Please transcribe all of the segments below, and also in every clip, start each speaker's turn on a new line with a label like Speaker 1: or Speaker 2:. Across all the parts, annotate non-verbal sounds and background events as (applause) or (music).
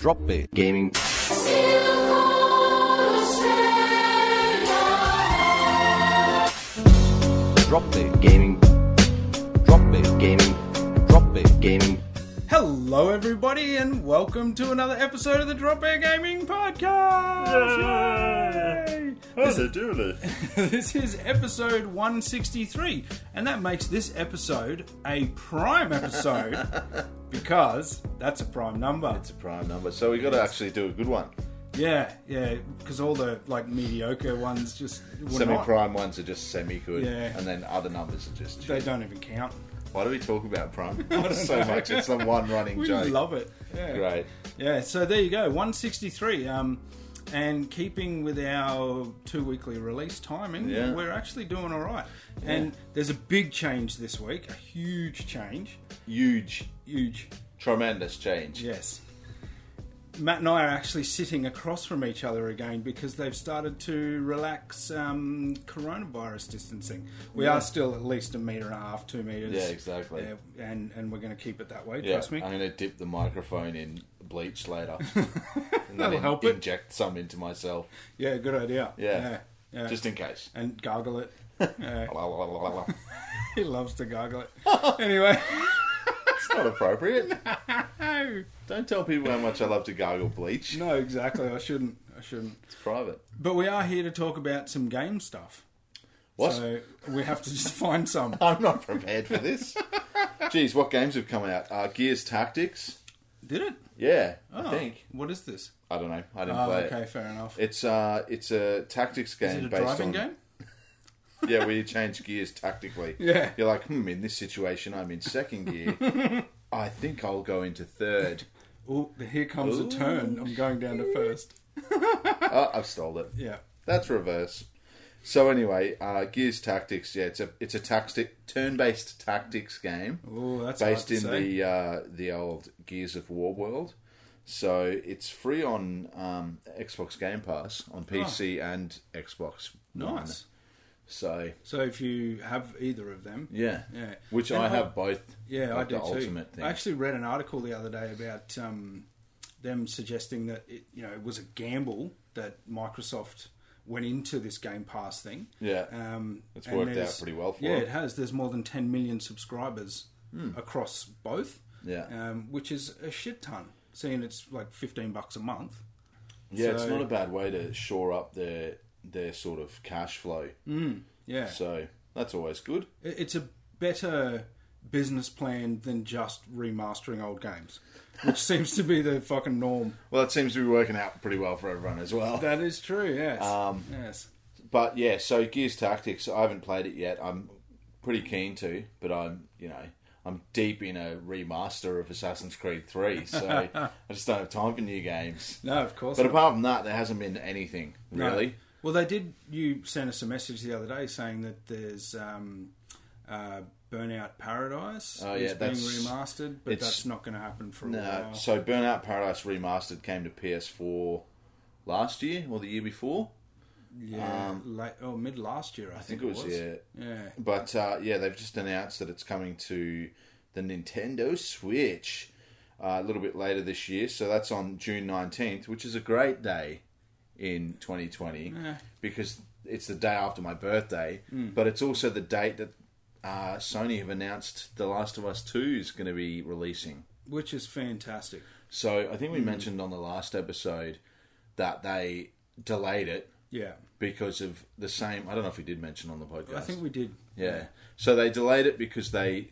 Speaker 1: drop B.
Speaker 2: gaming.
Speaker 1: Drop B.
Speaker 2: gaming,
Speaker 1: Drop B.
Speaker 2: gaming,
Speaker 1: Drop B.
Speaker 2: gaming.
Speaker 3: Hello, everybody, and welcome to another episode of the Drop Air Gaming Podcast. Yay!
Speaker 4: How's it doing?
Speaker 3: (laughs) This is episode 163, and that makes this episode a prime
Speaker 4: (laughs)
Speaker 3: episode because that's a prime number.
Speaker 4: It's a prime number, so we got to actually do a good one.
Speaker 3: Yeah, yeah, because all the like mediocre ones just were not-
Speaker 4: Semi-prime ones are just semi-good,
Speaker 3: Yeah.
Speaker 4: and then other numbers are just.
Speaker 3: They don't even count.
Speaker 4: Why do we talk
Speaker 3: (laughs)
Speaker 4: about prime so much? It's the one running
Speaker 3: We
Speaker 4: joke.
Speaker 3: love it. Yeah.
Speaker 4: Great.
Speaker 3: Yeah, so there you go, 163. Um, and keeping with our two weekly release timing,
Speaker 4: Yeah.
Speaker 3: we're actually doing all right. And there's a big change this week, a huge change.
Speaker 4: Huge,
Speaker 3: Huge,
Speaker 4: tremendous change.
Speaker 3: yes. Matt and I are actually sitting across from each other again because they've started to relax um, coronavirus distancing. We are still at least a metre and a half, two metres.
Speaker 4: Yeah, exactly.
Speaker 3: Yeah, and, and we're going to keep it that way,
Speaker 4: Yeah,
Speaker 3: trust me.
Speaker 4: I'm going to dip the microphone in bleach
Speaker 3: (laughs)
Speaker 4: later. and
Speaker 3: That'll
Speaker 4: then
Speaker 3: help it.
Speaker 4: inject some into myself,
Speaker 3: Yeah, good idea.
Speaker 4: Yeah.
Speaker 3: yeah. yeah.
Speaker 4: just in case.
Speaker 3: and gargle it. Yeah,
Speaker 4: it's
Speaker 3: he loves to gargle
Speaker 4: (laughs)
Speaker 3: it. Anyway,
Speaker 4: not appropriate.
Speaker 3: (laughs) no,
Speaker 4: Don't tell people how much I love to gargle bleach.
Speaker 3: no, exactly. I shouldn't. I shouldn't.
Speaker 4: It's private.
Speaker 3: But we are here to talk about some game stuff.
Speaker 4: What?
Speaker 3: So we have to just find some.
Speaker 4: I'm not prepared for this. (laughs) Geez, what games have come out? Uh, Gears Tactics.
Speaker 3: Did it?
Speaker 4: Yeah,
Speaker 3: Oh,
Speaker 4: I think.
Speaker 3: What is this?
Speaker 4: I don't know. I didn't
Speaker 3: Oh,
Speaker 4: play
Speaker 3: okay,
Speaker 4: it.
Speaker 3: fair enough.
Speaker 4: It's uh, it's a tactics game
Speaker 3: Is it a
Speaker 4: based
Speaker 3: driving
Speaker 4: on
Speaker 3: game?
Speaker 4: yeah, where you change gears tactically.
Speaker 3: (laughs) Yeah.
Speaker 4: you're like, hmm, in this situation, I'm in second gear.
Speaker 3: (laughs)
Speaker 4: I think I'll go into third.
Speaker 3: Oh, here comes a turn. I'm going down to first.
Speaker 4: Oh, I've stole it.
Speaker 3: Yeah.
Speaker 4: That's reverse. So anyway, uh, Gears Tactics. Yeah, it's a it's a tactic turn-based tactics game.
Speaker 3: Oh, that's
Speaker 4: based in
Speaker 3: hard to say.
Speaker 4: the uh, the old Gears of War world. So it's free on um, Xbox Game Pass on PC and Xbox. One.
Speaker 3: Oh. nice.
Speaker 4: So
Speaker 3: So if you have either of them,
Speaker 4: yeah,
Speaker 3: Yeah.
Speaker 4: which
Speaker 3: And
Speaker 4: I
Speaker 3: I-
Speaker 4: have both.
Speaker 3: Yeah, I
Speaker 4: like
Speaker 3: do
Speaker 4: the
Speaker 3: too.
Speaker 4: Ultimate thing.
Speaker 3: I actually read an article the other day about um, them suggesting that it, you know, it was a gamble that Microsoft went into this Game Pass thing.
Speaker 4: Yeah.
Speaker 3: um,
Speaker 4: It's
Speaker 3: and
Speaker 4: worked out
Speaker 3: there's-
Speaker 4: pretty well for
Speaker 3: Yeah,
Speaker 4: it. Hmm.
Speaker 3: it has. There's more than 10 million subscribers across both.
Speaker 4: Yeah.
Speaker 3: um, which is a shit ton. Seeing it's like 15 bucks a month.
Speaker 4: yeah, it's
Speaker 3: so-
Speaker 4: not a bad way to shore up their their sort of cash flow.
Speaker 3: Mm. Yeah,
Speaker 4: So that's always good.
Speaker 3: It- it's a better business plan than just remastering old games, which seems to be the fucking norm.
Speaker 4: Well, it seems to be working out pretty well for everyone as well.
Speaker 3: That is true. Yes.
Speaker 4: Um,
Speaker 3: yes.
Speaker 4: But yeah, so Gears Tactics, I haven't played it yet. I'm pretty keen to, but I'm you know I'm deep in a remaster of Assassin's Creed Three, (laughs) so I just don't have time for new games.
Speaker 3: No, of course.
Speaker 4: But
Speaker 3: not.
Speaker 4: apart from that, there hasn't been anything
Speaker 3: No.
Speaker 4: really.
Speaker 3: Well, they did. You sent us a message the other day saying that there's um, uh, Burnout Paradise.
Speaker 4: Oh,
Speaker 3: is
Speaker 4: yeah,
Speaker 3: being
Speaker 4: that's-
Speaker 3: remastered, but
Speaker 4: it's-
Speaker 3: that's not going to happen for a
Speaker 4: No,
Speaker 3: while.
Speaker 4: Uh, so Burnout Paradise Remastered came to PS4 last year or the year before.
Speaker 3: yeah, late oh mid last year, I,
Speaker 4: um, I think it was, yeah.
Speaker 3: Yeah.
Speaker 4: But uh, yeah, they've just announced that it's coming to the Nintendo Switch uh, a little bit later this year. So that's on June 19th, which is a great day in 2020 because it's the day after my birthday,
Speaker 3: Hmm.
Speaker 4: but it's also the date that uh, Sony have announced The Last of Us 2 is going to be releasing.
Speaker 3: which is fantastic.
Speaker 4: So I think
Speaker 3: Hmm.
Speaker 4: we mentioned on the last episode that they delayed it
Speaker 3: Yeah,
Speaker 4: because of the same. I don't know if we did mention on the podcast.
Speaker 3: I think we did.
Speaker 4: Yeah. So they delayed it because they,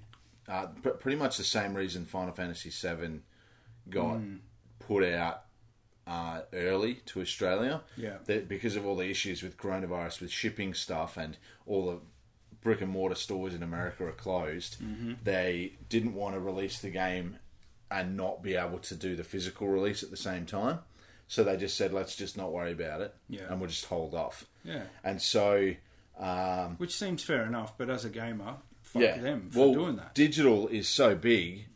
Speaker 4: uh, pr- pretty much the same reason Final Fantasy VII got
Speaker 3: Hmm.
Speaker 4: put out uh, early to Australia.
Speaker 3: Yeah.
Speaker 4: That because of all the issues with coronavirus, with shipping stuff, and all the brick and mortar stores in America are closed,
Speaker 3: Mm-hmm.
Speaker 4: they didn't want to release the game and not be able to do the physical release at the same time. So they just said, let's just not worry about it,
Speaker 3: Yeah.
Speaker 4: and we'll just hold off.
Speaker 3: Yeah.
Speaker 4: And so um,
Speaker 3: which seems fair enough. But as a gamer, fuck them for
Speaker 4: well,
Speaker 3: doing that. Hmm.
Speaker 4: Digital is so big.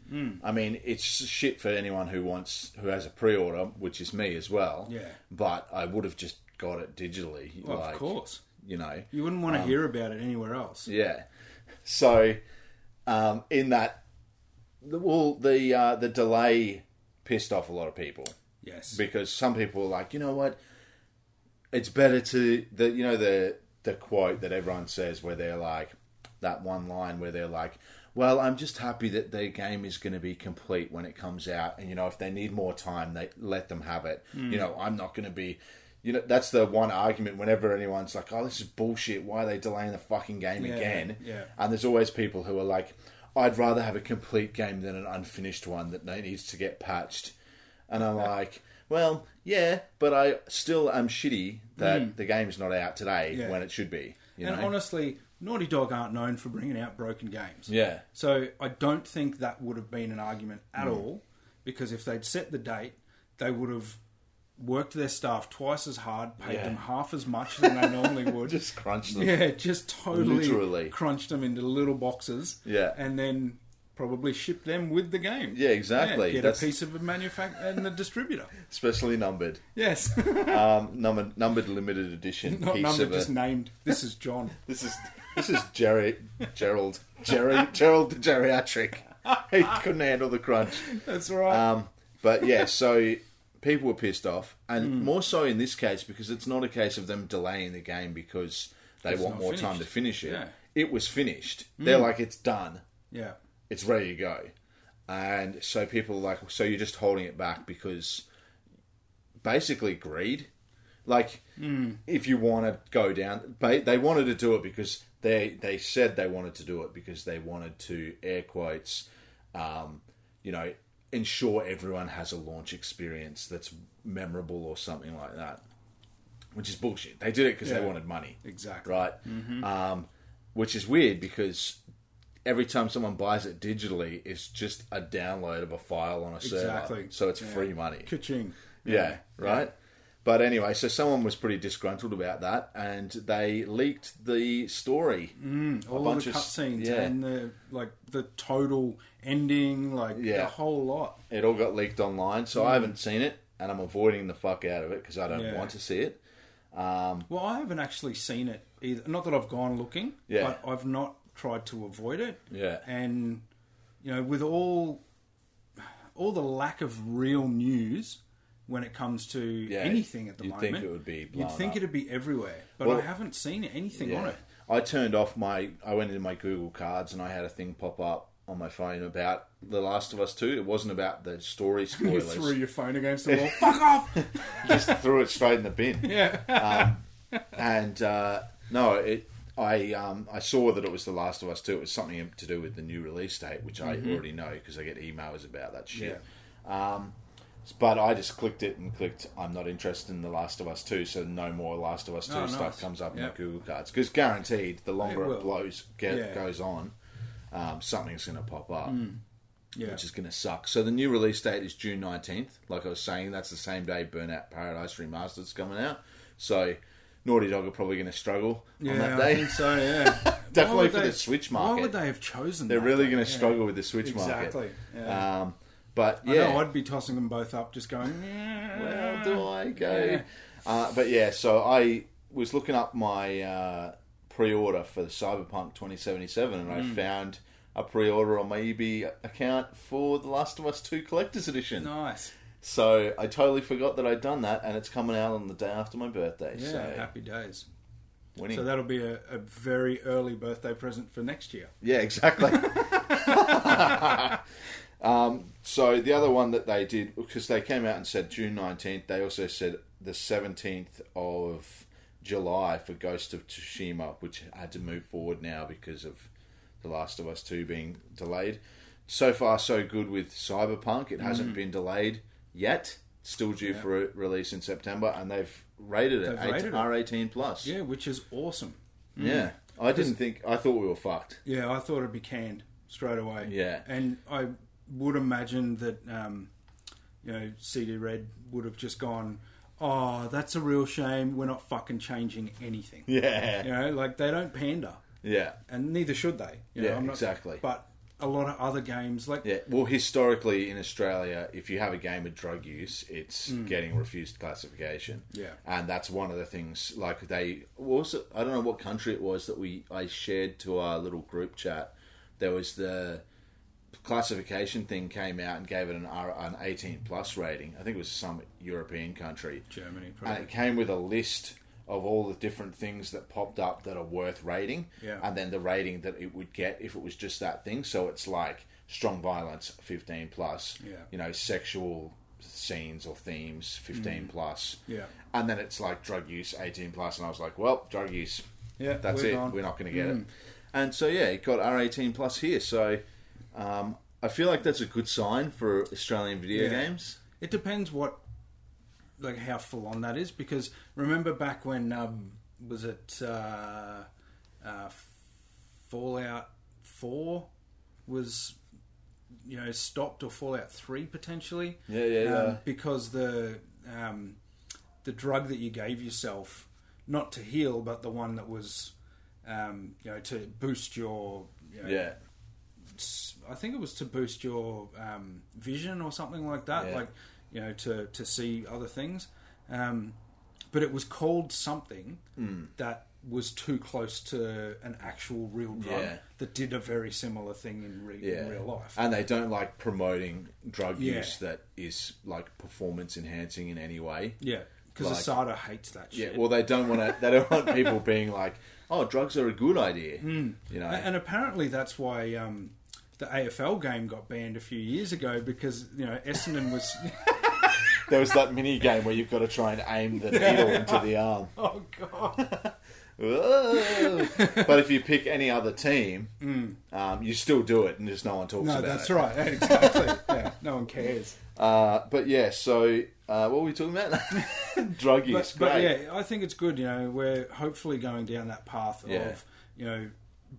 Speaker 4: I mean, it's shit for anyone who wants who has a pre-order, which is me as well.
Speaker 3: Yeah.
Speaker 4: But I would have just got it digitally.
Speaker 3: Well,
Speaker 4: like,
Speaker 3: of course,
Speaker 4: You know.
Speaker 3: you wouldn't want to hear about it anywhere else.
Speaker 4: Yeah. So, um, in that, well, the uh, the delay pissed off a lot of people.
Speaker 3: Yes.
Speaker 4: because some people are like, you know what, it's better to the you know the the quote that everyone says where they're like that one line where they're like, well, I'm just happy that their game is going to be complete when it comes out, and you know if they need more time, they let them have it.
Speaker 3: Hmm.
Speaker 4: You know, I'm not going to be. You know, that's the one argument whenever anyone's like, oh, this is bullshit. Why are they delaying the fucking game again?
Speaker 3: yeah.
Speaker 4: And there's always people who are like, I'd rather have a complete game than an unfinished one that needs to get patched. And I'm like, well, yeah, but I still am shitty that the game's not out today
Speaker 3: Hmm. Yeah.
Speaker 4: when it should be. You
Speaker 3: and
Speaker 4: know?
Speaker 3: honestly, Naughty Dog aren't known for bringing out broken games.
Speaker 4: yeah. (laughs)
Speaker 3: So I don't think that would have been an argument at
Speaker 4: Mm.
Speaker 3: all, because if they'd set the date, they would have worked their staff twice as hard, paid
Speaker 4: Yeah.
Speaker 3: them half as much than they normally would.
Speaker 4: (laughs) Just crunch them.
Speaker 3: yeah, just totally
Speaker 4: Literally.
Speaker 3: crunched them into little boxes.
Speaker 4: Yeah.
Speaker 3: and then probably shipped them with the game.
Speaker 4: Yeah, exactly.
Speaker 3: get
Speaker 4: That's-
Speaker 3: a piece of a manufacturer and the distributor.
Speaker 4: (laughs) Especially numbered.
Speaker 3: Yes, (laughs)
Speaker 4: Um, numbered, numbered limited edition
Speaker 3: not
Speaker 4: piece
Speaker 3: numbered,
Speaker 4: of a,
Speaker 3: just named. This is
Speaker 4: (laughs)
Speaker 3: John.
Speaker 4: This is this is Jerry Gerald Jerry Gerald the geriatric. He couldn't handle the crunch.
Speaker 3: That's right.
Speaker 4: Um, but yeah, so people were pissed off,
Speaker 3: Hmm.
Speaker 4: and more so in this case because it's not a case of them delaying the game because they want
Speaker 3: not
Speaker 4: more time to
Speaker 3: finished.
Speaker 4: finish it.
Speaker 3: Yeah. Hmm.
Speaker 4: It was finished. They're like, it's done.
Speaker 3: yeah,
Speaker 4: It's ready to go. And so people are like, so you're just holding it back because basically greed. Like,
Speaker 3: Hmm.
Speaker 4: if you want to go down, ba- they wanted to do it because they they said they wanted to do it because they wanted to air quotes, um, you know, ensure everyone has a launch experience that's memorable or something like that, which is bullshit. They did it because
Speaker 3: Yeah.
Speaker 4: they wanted money,
Speaker 3: Exactly. Mm-hmm.
Speaker 4: right? Um, which is weird because every time someone buys it digitally, it's just a download of a file on a server,
Speaker 3: Exactly.
Speaker 4: so it's
Speaker 3: Yeah.
Speaker 4: free money.
Speaker 3: Kaching.
Speaker 4: Yeah, right. But anyway, so someone was pretty disgruntled about that, and they leaked the story. Mm,
Speaker 3: all the cutscenes
Speaker 4: Yeah,
Speaker 3: and the like the total ending, like
Speaker 4: Yeah.
Speaker 3: the whole lot.
Speaker 4: it all got leaked online. So I haven't seen it, and I'm avoiding the fuck out of it because I don't
Speaker 3: Mm. Yeah.
Speaker 4: want to see it.
Speaker 3: Well, I haven't actually seen it either. Not that I've gone looking,
Speaker 4: Yeah.
Speaker 3: but I've not tried to avoid it.
Speaker 4: Yeah.
Speaker 3: And you know, with all all the lack of real news when it comes to anything at the
Speaker 4: you'd
Speaker 3: moment,
Speaker 4: think it would be
Speaker 3: you'd
Speaker 4: blown
Speaker 3: think
Speaker 4: up.
Speaker 3: it'd be everywhere, but
Speaker 4: Well-
Speaker 3: I haven't seen anything on it.
Speaker 4: I turned off my. I went into my Google Cards and I had a thing pop up on my phone about The Last of Us Two. It wasn't about
Speaker 3: (laughs)
Speaker 4: the story
Speaker 3: You
Speaker 4: spoilers.
Speaker 3: threw your phone against the
Speaker 4: (laughs)
Speaker 3: wall. Fuck off!
Speaker 4: Just threw it straight in the bin.
Speaker 3: (laughs)
Speaker 4: Um,
Speaker 3: Yeah.
Speaker 4: and uh, no, it. I um, I saw that it was The Last of Us too. It was something to do with the new release date, which
Speaker 3: Mm-hmm.
Speaker 4: I already know because I get emails about that shit. Um, but I just clicked it and clicked. I'm not interested in The Last of Us two, so no more Last of Us two
Speaker 3: Oh,
Speaker 4: stuff
Speaker 3: nice.
Speaker 4: comes up in my
Speaker 3: Yep.
Speaker 4: Google cards because guaranteed, the longer
Speaker 3: It
Speaker 4: it,
Speaker 3: will.
Speaker 4: blows get,
Speaker 3: Yeah. Mm.
Speaker 4: goes on, um, something's going to pop up,
Speaker 3: yeah.
Speaker 4: which is going to suck. So the new release date is June 19th. Like I was saying, that's the same day Burnout Paradise Remastered's coming out. So Naughty Dog are probably going to struggle on
Speaker 3: Yeah,
Speaker 4: that
Speaker 3: I
Speaker 4: day. (laughs)
Speaker 3: think so. Yeah,
Speaker 4: Definitely
Speaker 3: Why would
Speaker 4: for the Switch
Speaker 3: Why would
Speaker 4: market.
Speaker 3: they have chosen?
Speaker 4: They're
Speaker 3: that,
Speaker 4: really
Speaker 3: though?
Speaker 4: going to
Speaker 3: Yeah.
Speaker 4: struggle with the Switch
Speaker 3: Exactly.
Speaker 4: market.
Speaker 3: Yeah.
Speaker 4: Um, but
Speaker 3: I
Speaker 4: yeah,
Speaker 3: know I'd be tossing them both up, just going. "Yeah."
Speaker 4: Well, do I go?
Speaker 3: Yeah.
Speaker 4: Uh, but yeah, so I was looking up my uh, pre-order for the Cyberpunk 2077, and
Speaker 3: Mm.
Speaker 4: I found a pre-order on my EB account for The Last of Us 2 Collector's Edition.
Speaker 3: Nice.
Speaker 4: So I totally forgot that I'd done that, and it's coming out on the day after my birthday.
Speaker 3: Yeah.
Speaker 4: So
Speaker 3: happy days.
Speaker 4: winning.
Speaker 3: So that'll be a, a very early birthday present for next year.
Speaker 4: Yeah, exactly. (laughs) um, so the other one that they did because they came out and said June nineteenth. They also said the seventeenth of July for Ghost of Tsushima, which had to move forward now because of The Last of Us Two being delayed. So far, so good with Cyberpunk. It
Speaker 3: Mm.
Speaker 4: hasn't been delayed yet. Still due for a release in September, and they've rated it
Speaker 3: They've rated it.
Speaker 4: R eighteen plus.
Speaker 3: Yeah, Mm. which is awesome.
Speaker 4: yeah. I didn't think. I thought we
Speaker 3: (laughs)
Speaker 4: were fucked.
Speaker 3: Yeah, I thought it'd be canned straight away.
Speaker 4: Yeah.
Speaker 3: and I would imagine that um, you know CD Red would have just gone. Oh, that's a real shame. We're not fucking changing anything. You
Speaker 4: Yeah,
Speaker 3: know, like they don't pander.
Speaker 4: yeah.
Speaker 3: and neither should they. You
Speaker 4: Yeah,
Speaker 3: know, I'm not,
Speaker 4: exactly.
Speaker 3: But a lot of other games, like
Speaker 4: Yeah, well, historically in Australia, if you have a game with drug use, it's getting refused classification.
Speaker 3: Hmm. Yeah.
Speaker 4: and that's one of the things. Like they what was, it? I don't know what country it was that we I shared to our little group chat. There was the classification thing came out and gave it an R, an 18 plus rating. I think it was some European country.
Speaker 3: Germany,
Speaker 4: And
Speaker 3: probably.
Speaker 4: it came with a list of all the different things that popped up that are worth rating,
Speaker 3: Yeah.
Speaker 4: and then the rating that it would get if it was just that thing. So it's like strong violence 15 plus,
Speaker 3: Yeah.
Speaker 4: you know, sexual scenes or themes 15 plus.
Speaker 3: Mm. Yeah.
Speaker 4: And then it's like drug use 18 plus and I was like, well, drug use.
Speaker 3: Yeah,
Speaker 4: That's
Speaker 3: we're
Speaker 4: it.
Speaker 3: gone. Mm.
Speaker 4: We're not going to get it. And so yeah, it got R18 plus here. So um, I feel like that's a good sign for Australian video
Speaker 3: Yeah.
Speaker 4: games.
Speaker 3: It depends what, like how full on that is. Because remember back when um, was it uh, uh, Fallout Four was you know stopped or Fallout Three potentially?
Speaker 4: Yeah, yeah,
Speaker 3: um,
Speaker 4: yeah.
Speaker 3: Because the um, the drug that you gave yourself, not to heal, but the one that was um, you know to boost your you know,
Speaker 4: Yeah.
Speaker 3: s- I think it was to boost your um, vision or something like that,
Speaker 4: Yeah.
Speaker 3: like you know to to see other things. Um, but it was called something
Speaker 4: Hmm.
Speaker 3: that was too close to an actual real drug
Speaker 4: Yeah.
Speaker 3: that did a very similar thing in, re-
Speaker 4: Yeah. Uh,
Speaker 3: in real life.
Speaker 4: And they don't like promoting drug
Speaker 3: Yeah.
Speaker 4: use that is like performance enhancing in any way.
Speaker 3: yeah, because
Speaker 4: Like-
Speaker 3: Asada hates that
Speaker 4: Yeah,
Speaker 3: shit.
Speaker 4: well, they don't want to. They don't want people being like, "Oh, drugs are a good idea." You know,
Speaker 3: A- Hmm. and apparently that's why um, the AFL game got banned a few years ago because you know Essendon was. (laughs)
Speaker 4: there was that mini game where you've got to try and aim the needle into the arm.
Speaker 3: (laughs) oh god.
Speaker 4: Whoa. but if you pick any other team, um, you still do it, and just no one talks
Speaker 3: Hmm. No,
Speaker 4: about
Speaker 3: that's
Speaker 4: it.
Speaker 3: right. Exactly. yeah, no one cares.
Speaker 4: Uh, but yeah, so uh, what were we talking about? (laughs) drug use,
Speaker 3: but, but
Speaker 4: great.
Speaker 3: yeah, I think it's good. You know, we're hopefully going down that path
Speaker 4: Yeah.
Speaker 3: of you know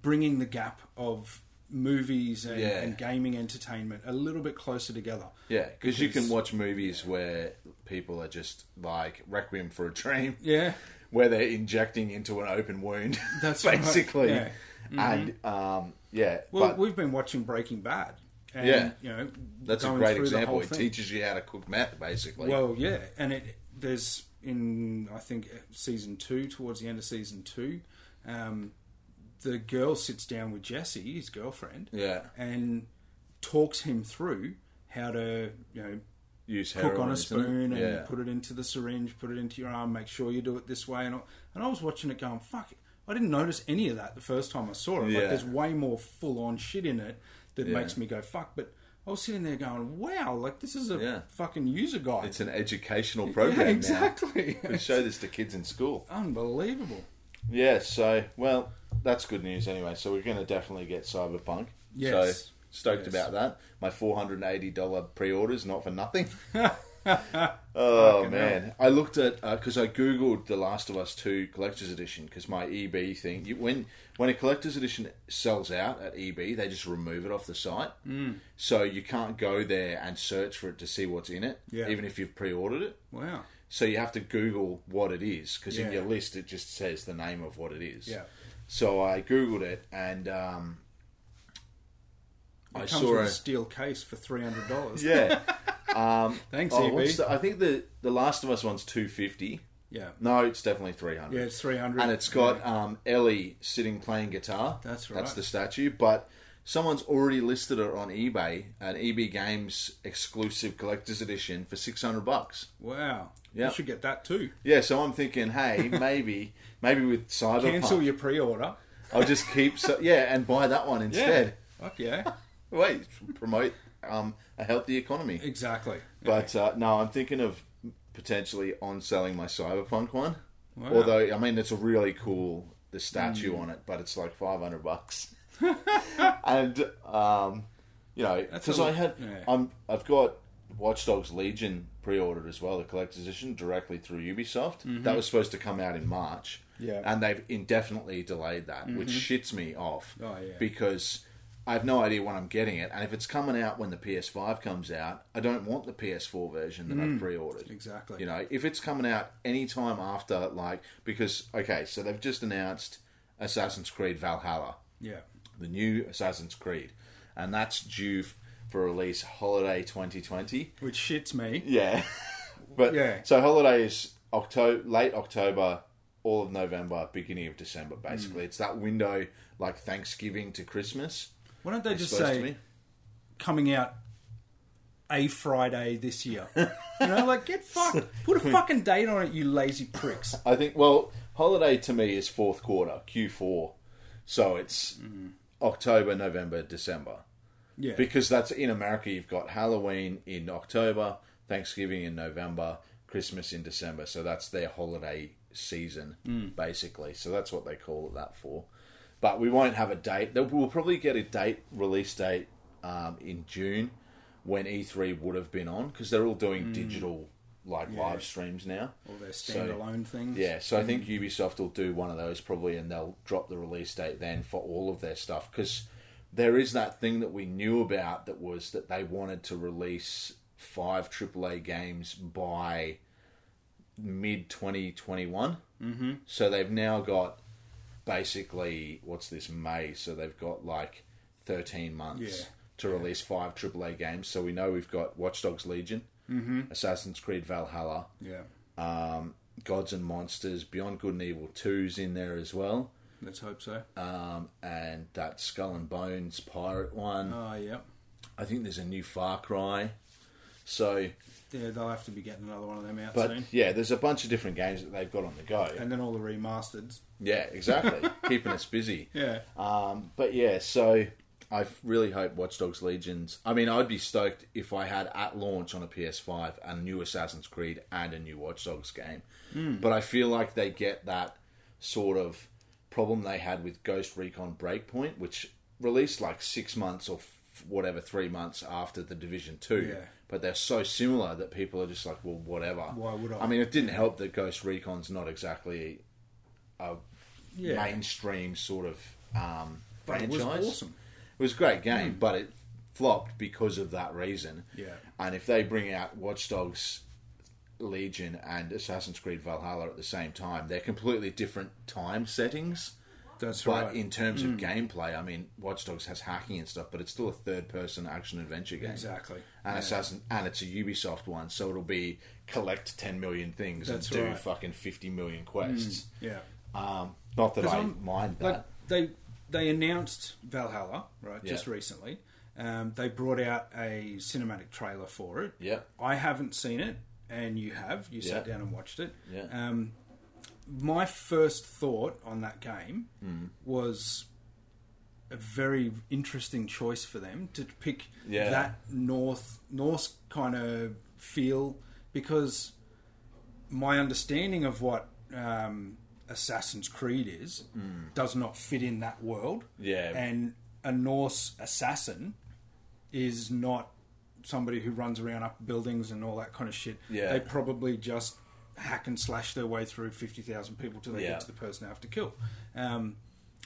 Speaker 3: bringing the gap of movies and,
Speaker 4: Yeah.
Speaker 3: and gaming entertainment a little bit closer together.
Speaker 4: Yeah, because you can watch movies where people are just like Requiem for a Dream,
Speaker 3: Yeah,
Speaker 4: where they're injecting into an open wound. (laughs)
Speaker 3: That's right,
Speaker 4: basically,
Speaker 3: yeah. Mm-hmm.
Speaker 4: and um, yeah,
Speaker 3: well,
Speaker 4: but
Speaker 3: we've been watching Breaking Bad. And,
Speaker 4: Yeah.
Speaker 3: you know,
Speaker 4: that's a
Speaker 3: going
Speaker 4: great
Speaker 3: through the
Speaker 4: example.
Speaker 3: whole
Speaker 4: It
Speaker 3: thing.
Speaker 4: teaches you how to cook meth, basically.
Speaker 3: Well, yeah, and it there's in I think season two, towards the end of season two, um, the girl sits down with Jesse, his girlfriend,
Speaker 4: yeah,
Speaker 3: and talks him through how to you know
Speaker 4: use heroin,
Speaker 3: cook on a
Speaker 4: isn't it?
Speaker 3: spoon and
Speaker 4: yeah.
Speaker 3: put it into the syringe, put it into your arm, make sure you do it this way. And all. and I was watching it going, fuck, I didn't notice any of that the first time I saw it.
Speaker 4: Yeah.
Speaker 3: Like there's way more full on shit in it that
Speaker 4: Yeah.
Speaker 3: makes me go fuck. But I was sitting there going, wow, like this is a
Speaker 4: Yeah.
Speaker 3: fucking user guide.
Speaker 4: It's an
Speaker 3: (laughs)
Speaker 4: educational
Speaker 3: Yeah,
Speaker 4: program. now.
Speaker 3: exactly.
Speaker 4: (laughs) We show this to kids in school.
Speaker 3: Unbelievable.
Speaker 4: Yeah, so well, that's good news anyway. So we're going to definitely get Cyberpunk.
Speaker 3: Yes.
Speaker 4: So stoked
Speaker 3: Yes.
Speaker 4: about that. My four hundred and eighty dollar pre orders not
Speaker 3: (laughs)
Speaker 4: for nothing. oh
Speaker 3: Fucking
Speaker 4: man, I looked at because I googled the Last of Us Two Collector's Edition because my EB thing you, when when a Collector's Edition sells out at EB they just remove it off the site, mm. so you can't go there and search for it to see what's in it,
Speaker 3: Yeah.
Speaker 4: even if you've pre ordered it.
Speaker 3: Wow.
Speaker 4: So you have to Google what it is because in
Speaker 3: Yeah.
Speaker 4: your list it just says the name of what it is.
Speaker 3: Yeah.
Speaker 4: So I googled it and um,
Speaker 3: It
Speaker 4: I
Speaker 3: comes
Speaker 4: saw
Speaker 3: with
Speaker 4: a
Speaker 3: a steel case for three hundred dollars.
Speaker 4: (laughs) yeah.
Speaker 3: (laughs) Thanks, E
Speaker 4: oh,
Speaker 3: EB.
Speaker 4: what's the, I think the the Last of Us one's two fifty.
Speaker 3: Yeah.
Speaker 4: No, it's definitely three hundred.
Speaker 3: Yeah, it's three hundred.
Speaker 4: and it's got um, Ellie sitting playing guitar.
Speaker 3: That's
Speaker 4: That's
Speaker 3: right.
Speaker 4: the statue. But someone's already listed it on eBay, an EB Games exclusive collector's edition for six hundred bucks.
Speaker 3: Wow.
Speaker 4: Yeah.
Speaker 3: You should get that too.
Speaker 4: Yeah, so I'm
Speaker 3: (laughs)
Speaker 4: thinking, hey, maybe, maybe with Cyberpunk,
Speaker 3: Cancel your pre order.
Speaker 4: I'll just keep, so, yeah, and buy that one instead.
Speaker 3: Fuck yeah.
Speaker 4: Wait, promote um, a healthy economy.
Speaker 3: Exactly.
Speaker 4: But uh, no, I'm thinking of potentially on selling my Cyberpunk one.
Speaker 3: Wow. Hmm.
Speaker 4: Although, I mean, it's a really cool the statue on it, but it's like
Speaker 3: (laughs)
Speaker 4: 500 bucks. and um, you know,
Speaker 3: That's
Speaker 4: because
Speaker 3: a-
Speaker 4: I had,
Speaker 3: yeah.
Speaker 4: I'm, I've got Watch Dogs Legion pre-ordered as well, the collector's edition directly through Ubisoft. That was supposed to come out in March,
Speaker 3: Mm-hmm. Yeah. Mm-hmm.
Speaker 4: and they've indefinitely delayed that, which shits me off.
Speaker 3: Oh, yeah.
Speaker 4: because. I have no idea when I'm getting it, and if it's coming out when the PS5 comes out, I don't want the PS4 version that I've pre-ordered.
Speaker 3: Mm. Exactly.
Speaker 4: You know, if it's coming out any time after, like, because okay, so they've just announced Assassin's Creed Valhalla,
Speaker 3: Yeah.
Speaker 4: the new Assassin's Creed, and that's due f- for release holiday 2020.
Speaker 3: Which shits me.
Speaker 4: Yeah, (laughs) but
Speaker 3: Yeah.
Speaker 4: so holiday is October, late October, all of November, beginning of December.
Speaker 3: Hmm.
Speaker 4: Basically, it's that window like Thanksgiving to Christmas.
Speaker 3: Why don't they
Speaker 4: it's
Speaker 3: just
Speaker 4: supposed to
Speaker 3: say
Speaker 4: be.
Speaker 3: coming out a Friday this year. you know, like get fucked.
Speaker 4: (laughs)
Speaker 3: Put a fucking date on it, you lazy pricks.
Speaker 4: I think. Well, holiday to me is fourth quarter, Q4. So it's
Speaker 3: Hmm.
Speaker 4: October, November, December.
Speaker 3: Yeah.
Speaker 4: Because that's in America, you've got Halloween in October, Thanksgiving in November, Christmas in December. So that's their holiday season,
Speaker 3: Hmm.
Speaker 4: basically. So that's what they call it that for. But we won't have a date. There- We'll probably get a date, release date um, in June when E3 would have been on because they're all doing digital like live streams now.
Speaker 3: Hmm. All their
Speaker 4: So-
Speaker 3: standalone things.
Speaker 4: yeah, so I think Ubisoft will do one of those probably, and they'll drop the release date then for all of their stuff because there is that thing that we knew about that was that they wanted to release five AAA games by mid 2021. Mm-hmm. So they've now got basically what's this May? So they've got like 13 months
Speaker 3: Yeah.
Speaker 4: to release five AAA games. So we know we've got Watch Dogs Legion,
Speaker 3: Mm-hmm.
Speaker 4: Assassin's Creed Valhalla.
Speaker 3: Yeah.
Speaker 4: Um, Gods and Monsters, Beyond Good and Evil 2's in there as well,
Speaker 3: Let's hope so.
Speaker 4: um, and that Skull and Bones pirate one.
Speaker 3: Oh, yeah.
Speaker 4: I think there's a new Far Cry. So,
Speaker 3: Yeah, they'll have to be getting another one of them out
Speaker 4: but
Speaker 3: soon.
Speaker 4: yeah, there's a bunch of different games that they've got on the go.
Speaker 3: And then all the remasters.
Speaker 4: Yeah, exactly, (laughs) keeping us busy.
Speaker 3: Yeah.
Speaker 4: Um, but yeah, so I really hope Watch Dogs Legions. I mean, I'd be stoked if I had at launch on a PS5 a new Assassin's Creed and a new Watch Dogs game.
Speaker 3: Hmm.
Speaker 4: But I feel like they get that sort of problem they had with Ghost Recon Breakpoint, which released like six months or f- whatever, three months after the Division 2.
Speaker 3: Yeah.
Speaker 4: But they're so similar that people are just like, well, whatever.
Speaker 3: Why would I?
Speaker 4: I mean, it didn't help that Ghost Recon's not exactly
Speaker 3: Yeah.
Speaker 4: mainstream sort of um,
Speaker 3: But it
Speaker 4: franchise.
Speaker 3: was awesome. Mm.
Speaker 4: It was a great game, but it flopped because of that reason.
Speaker 3: Yeah.
Speaker 4: And if they bring out Watch Dogs Legion and Assassin's Creed Valhalla at the same time, they're completely different time settings.
Speaker 3: That's
Speaker 4: But
Speaker 3: right. Mm.
Speaker 4: in terms of gameplay, I mean, Watch Dogs has hacking and stuff, but it's still a third-person action-adventure game.
Speaker 3: Exactly.
Speaker 4: And
Speaker 3: Yeah.
Speaker 4: Assassin, and it's a Ubisoft one, so it'll be collect ten million things
Speaker 3: That's
Speaker 4: and do
Speaker 3: right.
Speaker 4: fucking fifty million quests.
Speaker 3: Yeah.
Speaker 4: Um, not that
Speaker 3: 'Cause
Speaker 4: I
Speaker 3: I'm-
Speaker 4: mind that.
Speaker 3: Like they they announced Valhalla right just
Speaker 4: Yeah.
Speaker 3: recently. Um, they brought out a cinematic trailer for it.
Speaker 4: Yeah.
Speaker 3: I haven't seen it, and you have. You sat
Speaker 4: Yeah.
Speaker 3: down and watched it.
Speaker 4: Yeah.
Speaker 3: Um, my first thought on that game
Speaker 4: Hmm.
Speaker 3: was a very interesting choice for them to pick
Speaker 4: Yeah.
Speaker 3: that North Norse kind of feel because my understanding of what um, Assassin's Creed is does not fit in that world.
Speaker 4: Hmm. Yeah.
Speaker 3: and a Norse assassin is not somebody who runs around up buildings and all that kind of shit.
Speaker 4: Yeah.
Speaker 3: They probably just hack and slash their way through 50,000 people till they
Speaker 4: Yeah.
Speaker 3: get to the person they have to kill. Um,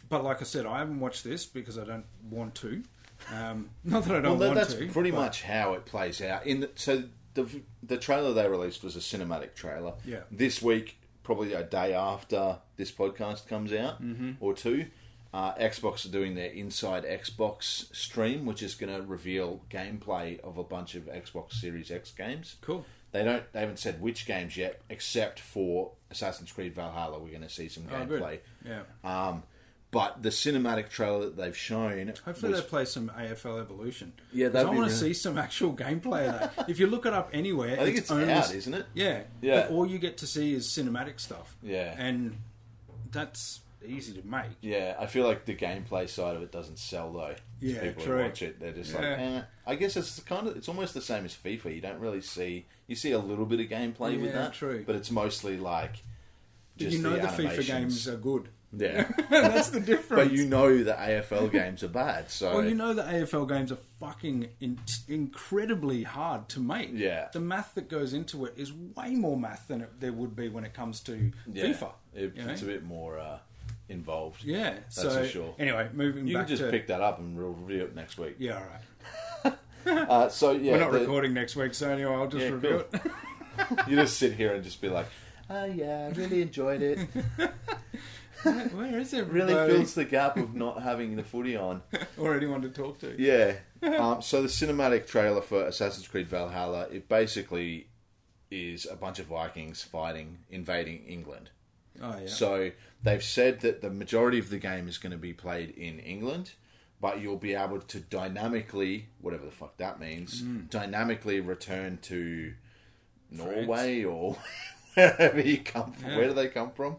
Speaker 3: but like I said, I haven't watched this because I don't want to. Um, (laughs) not that I don't
Speaker 4: Well, tha-
Speaker 3: want
Speaker 4: that's
Speaker 3: to.
Speaker 4: pretty much how it plays out. In the, so the v- the trailer they released was a cinematic trailer.
Speaker 3: Yeah.
Speaker 4: This week, probably a day after this podcast comes out
Speaker 3: Mm-hmm.
Speaker 4: or two, uh, Xbox are doing their Inside Xbox stream, which is going to reveal gameplay of a bunch of Xbox Series X games.
Speaker 3: Cool.
Speaker 4: They don't. They haven't said which games yet, except for Assassin's Creed Valhalla. We're going to see some
Speaker 3: Oh, good.
Speaker 4: gameplay.
Speaker 3: Yeah.
Speaker 4: Um, but the cinematic trailer that they've shown
Speaker 3: Hopefully
Speaker 4: was
Speaker 3: they play some AFL Evolution.
Speaker 4: Yeah,
Speaker 3: 'Cause
Speaker 4: that'd
Speaker 3: I
Speaker 4: be
Speaker 3: want to
Speaker 4: really-
Speaker 3: see some actual gameplay of
Speaker 4: (laughs)
Speaker 3: that. if you look it up anywhere,
Speaker 4: I think
Speaker 3: it's,
Speaker 4: it's,
Speaker 3: only
Speaker 4: out, isn't it?
Speaker 3: Yeah,
Speaker 4: Yeah.
Speaker 3: But all you get to see is cinematic stuff.
Speaker 4: Yeah.
Speaker 3: and that's easy to make.
Speaker 4: Yeah, I feel like the gameplay side of it doesn't sell though. to
Speaker 3: Yeah,
Speaker 4: people
Speaker 3: true.
Speaker 4: who watch it, they're just like,
Speaker 3: Yeah.
Speaker 4: eh. I guess it's kind of it's almost the same as FIFA. You don't really see you see a little bit of gameplay with
Speaker 3: Yeah,
Speaker 4: that,
Speaker 3: true.
Speaker 4: But it's mostly like
Speaker 3: But
Speaker 4: just
Speaker 3: you know the, FIFA
Speaker 4: animations.
Speaker 3: games are good. (laughs)
Speaker 4: yeah.
Speaker 3: that's the difference.
Speaker 4: but you know the AFL games are bad, so
Speaker 3: Well, you know the AFL games are fucking in- incredibly hard to make.
Speaker 4: Yeah.
Speaker 3: the math that goes into it is way more math than it, there would be when it comes to
Speaker 4: yeah,
Speaker 3: FIFA.
Speaker 4: it-
Speaker 3: you know?
Speaker 4: it's a bit more uh, involved.
Speaker 3: yeah,
Speaker 4: that's
Speaker 3: so
Speaker 4: for sure.
Speaker 3: anyway, moving
Speaker 4: You
Speaker 3: back
Speaker 4: can just
Speaker 3: to
Speaker 4: pick that up and we'll review it next week.
Speaker 3: yeah, all right.
Speaker 4: Uh, so yeah,
Speaker 3: We're not
Speaker 4: the-
Speaker 3: recording next week, so anyway, I'll just
Speaker 4: Yeah,
Speaker 3: review
Speaker 4: cool.
Speaker 3: it.
Speaker 4: you just sit here and just be like, oh yeah, I really
Speaker 3: (laughs)
Speaker 4: enjoyed it.
Speaker 3: Where is it?
Speaker 4: really
Speaker 3: everybody?
Speaker 4: fills the gap of not (laughs) having the footy on.
Speaker 3: or anyone to talk to.
Speaker 4: Yeah. Um, so the cinematic trailer for Assassin's Creed Valhalla, it basically is a bunch of Vikings fighting, invading England.
Speaker 3: Oh yeah.
Speaker 4: So they've said that the majority of the game is going to be played in England. but you'll be able to dynamically, whatever the fuck that means,
Speaker 3: Mm.
Speaker 4: dynamically return to Norway or (laughs) wherever you come from. Where do they come from?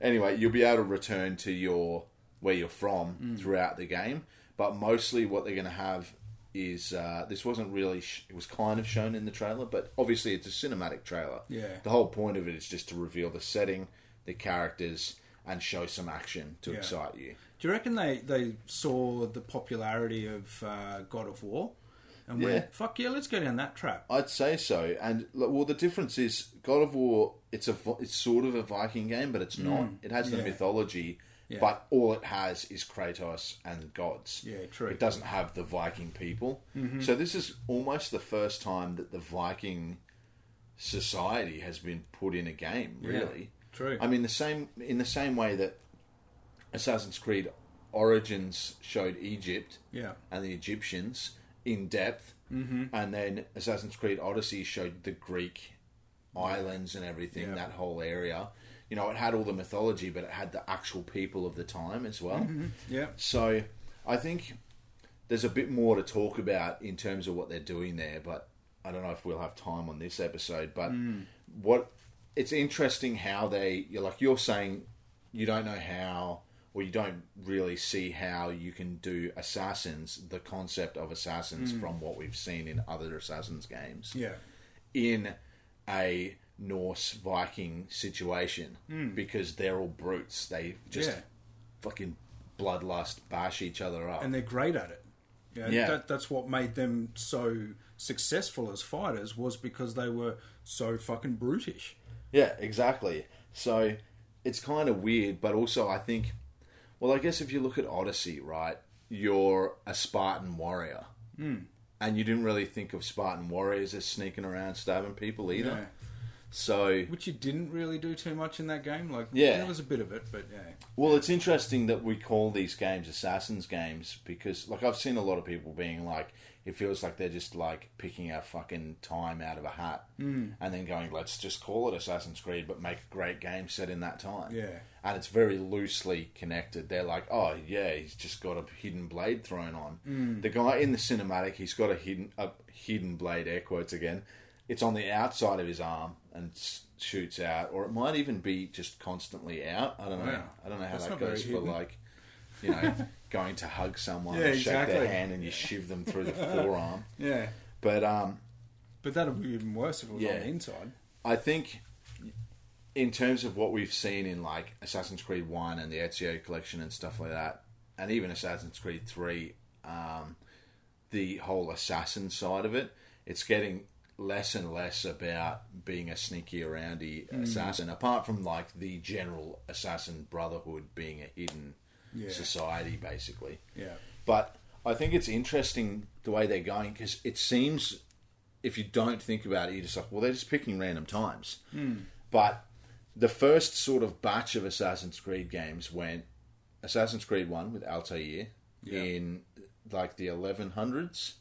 Speaker 4: Anyway, you'll be able to return to your where you're from
Speaker 3: Mm.
Speaker 4: throughout the game. But mostly, what they're going to have is uh, this wasn't really sh- it was kind of shown in the trailer, but obviously it's a cinematic trailer.
Speaker 3: Yeah.
Speaker 4: The whole point of it is just to reveal the setting, the characters, and show some action to excite you.
Speaker 3: Do you reckon they, they saw the popularity of uh, God of War and
Speaker 4: Yeah.
Speaker 3: went, fuck yeah, let's go down that trap?
Speaker 4: I'd say so. And like, well, the difference is God of War. It's a vi- it's sort of a Viking game, but it's not. It has the
Speaker 3: Mm. yeah.
Speaker 4: mythology, but all it has is Kratos and gods.
Speaker 3: Yeah, true. Mm-hmm.
Speaker 4: It doesn't have the Viking people. So this is almost the first time that the Viking society has been put in a game. Really,
Speaker 3: true.
Speaker 4: I mean, the same in the same way that Assassin's Creed Origins showed Egypt
Speaker 3: Yeah.
Speaker 4: and the Egyptians in depth, mm-hmm. and then Assassin's Creed Odyssey showed the Greek islands and everything, that whole area. You know, it had all the mythology, but it had the actual people of the time as well.
Speaker 3: Yeah.
Speaker 4: So I think there's a bit more to talk about in terms of what they're doing there, but I don't know if we'll have time on this episode. But what it's interesting how they you're like you're saying you don't know how or you don't really see how you can do assassins the concept of assassins from what we've seen in other assassins games
Speaker 3: Yeah.
Speaker 4: in a Norse Viking situation because they're all brutes. They just
Speaker 3: Hmm. Yeah.
Speaker 4: fucking bloodlust, bash each other up.
Speaker 3: And they're great at it. Yeah.
Speaker 4: Yeah.
Speaker 3: That, that's what made them so successful as fighters was because they were so fucking brutish.
Speaker 4: yeah, exactly. So it's kind of weird, but also I think, well, I guess if you look at Odyssey, right, you're a Spartan warrior.
Speaker 3: Hmm.
Speaker 4: And you didn't really think of Spartan warriors as sneaking around stabbing people either.
Speaker 3: Yeah.
Speaker 4: So
Speaker 3: Which you didn't really do too much in that game. Like,
Speaker 4: Yeah.
Speaker 3: there was a bit of it, but yeah.
Speaker 4: Well, it's interesting that we call these games assassins games because, like, I've seen a lot of people being like, it feels like they're just like picking a fucking time out of a hat and then going, let's just call it Assassin's Creed, but make a great game set in that time.
Speaker 3: Yeah.
Speaker 4: And it's very loosely connected. They're like, oh, yeah, he's just got a hidden blade thrown on. The guy in the cinematic, he's got a hidden, a hidden blade, air quotes again. It's on the outside of his arm and s- shoots out, or it might even be just constantly out. I don't know.
Speaker 3: Wow.
Speaker 4: I don't know how
Speaker 3: Oh, That's
Speaker 4: that
Speaker 3: not
Speaker 4: goes for
Speaker 3: very hidden.
Speaker 4: like,
Speaker 3: (laughs)
Speaker 4: you know, going to hug someone,
Speaker 3: Yeah,
Speaker 4: and shake
Speaker 3: exactly.
Speaker 4: their hand, and you shiv them through the forearm.
Speaker 3: Yeah.
Speaker 4: But um,
Speaker 3: But that would be even worse if it was
Speaker 4: Yeah.
Speaker 3: on the inside.
Speaker 4: I think in terms of what we've seen in like Assassin's Creed One and the Ezio collection and stuff like that, and even Assassin's Creed Three, um, the whole assassin side of it, it's getting less and less about being a sneaky aroundy assassin. Apart from like the general assassin brotherhood being a hidden
Speaker 3: Yeah.
Speaker 4: society, basically.
Speaker 3: Yeah.
Speaker 4: But I think it's interesting the way they're going because it seems, if you don't think about it, you're just like, well, they're just picking random times. But the first sort of batch of Assassin's Creed games went Assassin's Creed 1 with Altair
Speaker 3: Yeah.
Speaker 4: in like the 1100s,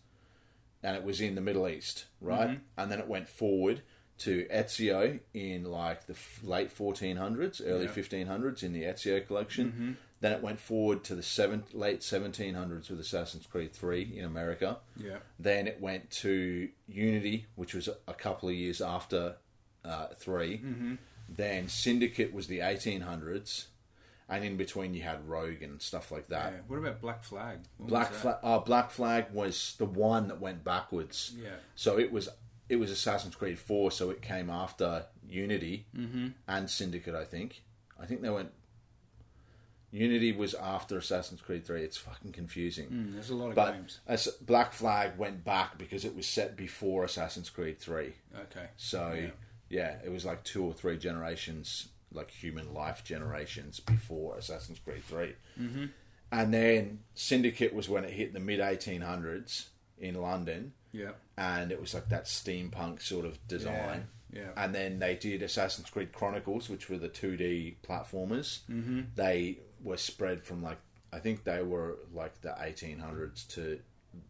Speaker 4: and it was in the Middle East, right?
Speaker 3: Mm-hmm.
Speaker 4: And then it went forward to Ezio in like the f- late 1400s, early
Speaker 3: Yeah. Mm-hmm.
Speaker 4: 1500s in the Ezio collection. Then it went forward to the seven, late 1700s with Assassin's Creed 3 in America.
Speaker 3: Yeah.
Speaker 4: Then it went to Unity, which was a couple of years after uh, 3. Mm-hmm. Then Syndicate was the 1800s. And in between, you had Rogue and stuff like that.
Speaker 3: Yeah. Uh, What about Black Flag? What was
Speaker 4: Black
Speaker 3: that?
Speaker 4: Flag. Uh, Black Flag was the one that went backwards.
Speaker 3: Yeah.
Speaker 4: So it was it was Assassin's Creed Four. So it came after Unity
Speaker 3: Mm-hmm.
Speaker 4: and Syndicate. I think. I think they went. Unity was after Assassin's Creed Three. It's fucking confusing.
Speaker 3: Mm, There's a lot of
Speaker 4: But
Speaker 3: games.
Speaker 4: as Black Flag went back because it was set before Assassin's Creed Three.
Speaker 3: Okay.
Speaker 4: So yeah.
Speaker 3: Yeah.
Speaker 4: it was like two or three generations, like human life generations before Assassin's Creed 3 Mm-hmm. And then Syndicate was when it hit the mid 1800s in London,
Speaker 3: Yeah.
Speaker 4: and it was like that steampunk sort of design.
Speaker 3: Yeah, yeah.
Speaker 4: And then they did Assassin's Creed Chronicles, which were the 2D platformers. Mm-hmm. They were spread from like I think they were like the 1800s to